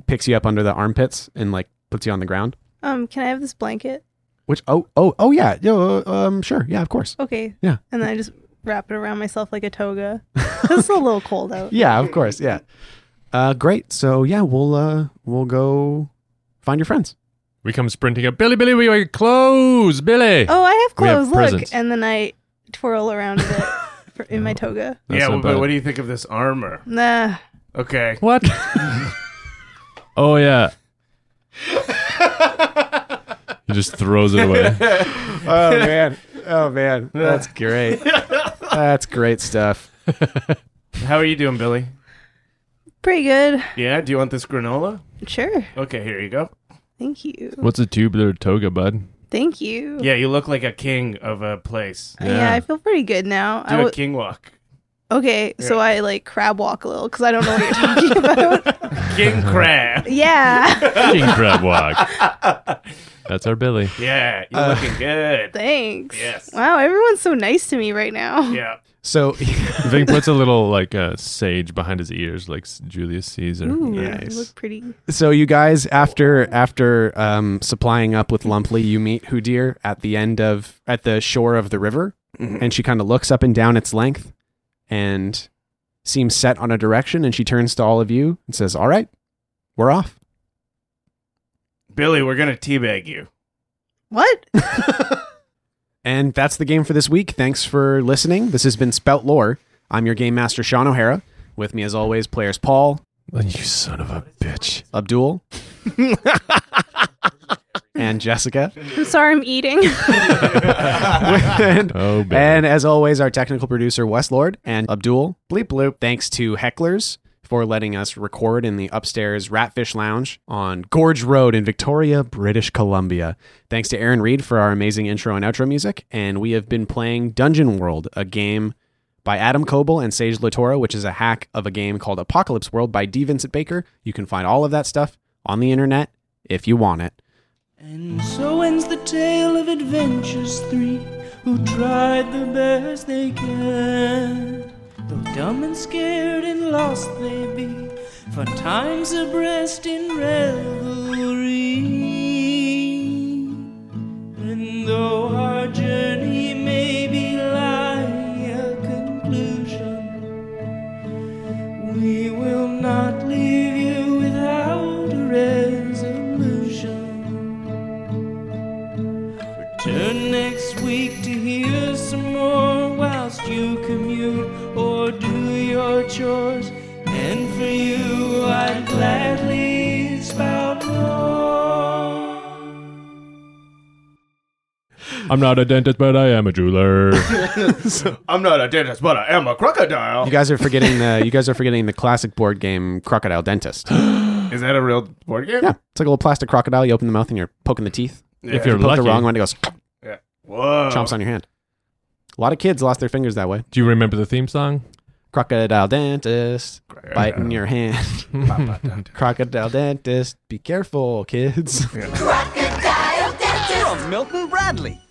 [SPEAKER 2] picks you up under the armpits, and like puts you on the ground.
[SPEAKER 5] Um, can I have this blanket?
[SPEAKER 2] Which oh oh oh yeah yo uh, um sure yeah of course
[SPEAKER 5] Okay.
[SPEAKER 2] Yeah.
[SPEAKER 5] And then I just wrap it around myself like a toga. it's a little cold out.
[SPEAKER 2] yeah of course yeah uh great so yeah we'll uh we'll go find your friends
[SPEAKER 3] We come sprinting up. Billy, Billy, we are clothes, Billy.
[SPEAKER 5] Oh, I have
[SPEAKER 3] We have
[SPEAKER 5] clothes. Look,
[SPEAKER 3] presents.
[SPEAKER 5] and then I twirl around a bit for, in my toga.
[SPEAKER 3] That's
[SPEAKER 4] yeah,
[SPEAKER 3] not
[SPEAKER 4] well, but
[SPEAKER 3] bad.
[SPEAKER 4] what do you think of this armor?
[SPEAKER 5] Nah.
[SPEAKER 4] Okay.
[SPEAKER 3] What? oh yeah. he just throws it away.
[SPEAKER 2] oh man oh man that's great that's great stuff
[SPEAKER 4] How are you doing, Billy?
[SPEAKER 5] Pretty good.
[SPEAKER 4] Yeah, do you want this granola?
[SPEAKER 5] Sure.
[SPEAKER 4] Okay, here you go.
[SPEAKER 5] Thank you.
[SPEAKER 3] What's a tubular toga, bud?
[SPEAKER 5] Thank you.
[SPEAKER 4] Yeah, you look like a king of a place.
[SPEAKER 5] Yeah, I feel pretty good now. I
[SPEAKER 4] Do
[SPEAKER 5] w-
[SPEAKER 4] a king walk.
[SPEAKER 5] okay, so
[SPEAKER 4] Yeah.
[SPEAKER 5] I like crab walk a little because I don't know what you're talking about.
[SPEAKER 4] King crab.
[SPEAKER 5] yeah,
[SPEAKER 3] King crab walk. That's our Billy.
[SPEAKER 4] Yeah, you're looking good.
[SPEAKER 5] thanks.
[SPEAKER 4] Yes.
[SPEAKER 5] Wow, everyone's so nice to me right now.
[SPEAKER 4] Yeah.
[SPEAKER 2] So
[SPEAKER 3] Ving puts a little like uh, sage behind his ears, like s- Julius Caesar.
[SPEAKER 5] Ooh,
[SPEAKER 2] Nice.
[SPEAKER 5] you look pretty.
[SPEAKER 2] so you guys after after um, supplying up with Lumpley, you meet Houdir at the end of at the shore of the river, and she kind of looks up and down its length, and seems set on a direction, and she turns to all of you and says, "All right, we're off."
[SPEAKER 4] Billy, we're going to teabag you.
[SPEAKER 5] What?
[SPEAKER 2] And that's the game for this week. Thanks for listening. This has been Spout Lore. I'm your game master Sean O'Hara. With me, as always, players Paul,
[SPEAKER 3] You son of a bitch.
[SPEAKER 2] Abdul, and Jessica.
[SPEAKER 5] I'm sorry, I'm eating.
[SPEAKER 2] and,
[SPEAKER 3] Oh, Billy.
[SPEAKER 2] and as always, our technical producer, Westlord, and Abdul. Bleep bloop. Thanks to Hecklers for letting us record in the upstairs Ratfish Lounge on Gorge Road in Victoria, British Columbia. Thanks to Aaron Reed for our amazing intro and outro music. And we have been playing Dungeon World, a game by Adam Coble and Sage Latoro, which is a hack of a game called Apocalypse World by D. Vincent Baker. You can find all of that stuff on the internet if you want it.
[SPEAKER 1] And so ends the tale of adventures three who tried the best they can. Though dumb and scared and lost they be, for time's abreast in revelry. And though our journey may be lie a conclusion, we will not leave you without a resolution. Return next week to hear some more whilst you commute or do your chores. And for you, I'd gladly spout more.
[SPEAKER 3] I'm not a dentist, but I am a jeweler.
[SPEAKER 4] I'm not a dentist, but I am a crocodile.
[SPEAKER 2] You guys are forgetting the you guys are forgetting the classic board game Crocodile Dentist.
[SPEAKER 4] Is that a real board game?
[SPEAKER 2] Yeah, it's like a little plastic crocodile. You open the mouth and you're poking the teeth.
[SPEAKER 3] If you're
[SPEAKER 2] Poke
[SPEAKER 3] lucky. Oh.
[SPEAKER 2] the wrong one, it goes
[SPEAKER 4] Yeah. Whoa.
[SPEAKER 2] chomps on your hand. A lot of kids lost their fingers that way.
[SPEAKER 3] Do you remember the theme song?
[SPEAKER 2] Crocodile dentist biting your hand. Crocodile dentist, be careful, kids.
[SPEAKER 7] Crocodile dentist.
[SPEAKER 8] From Milton Bradley.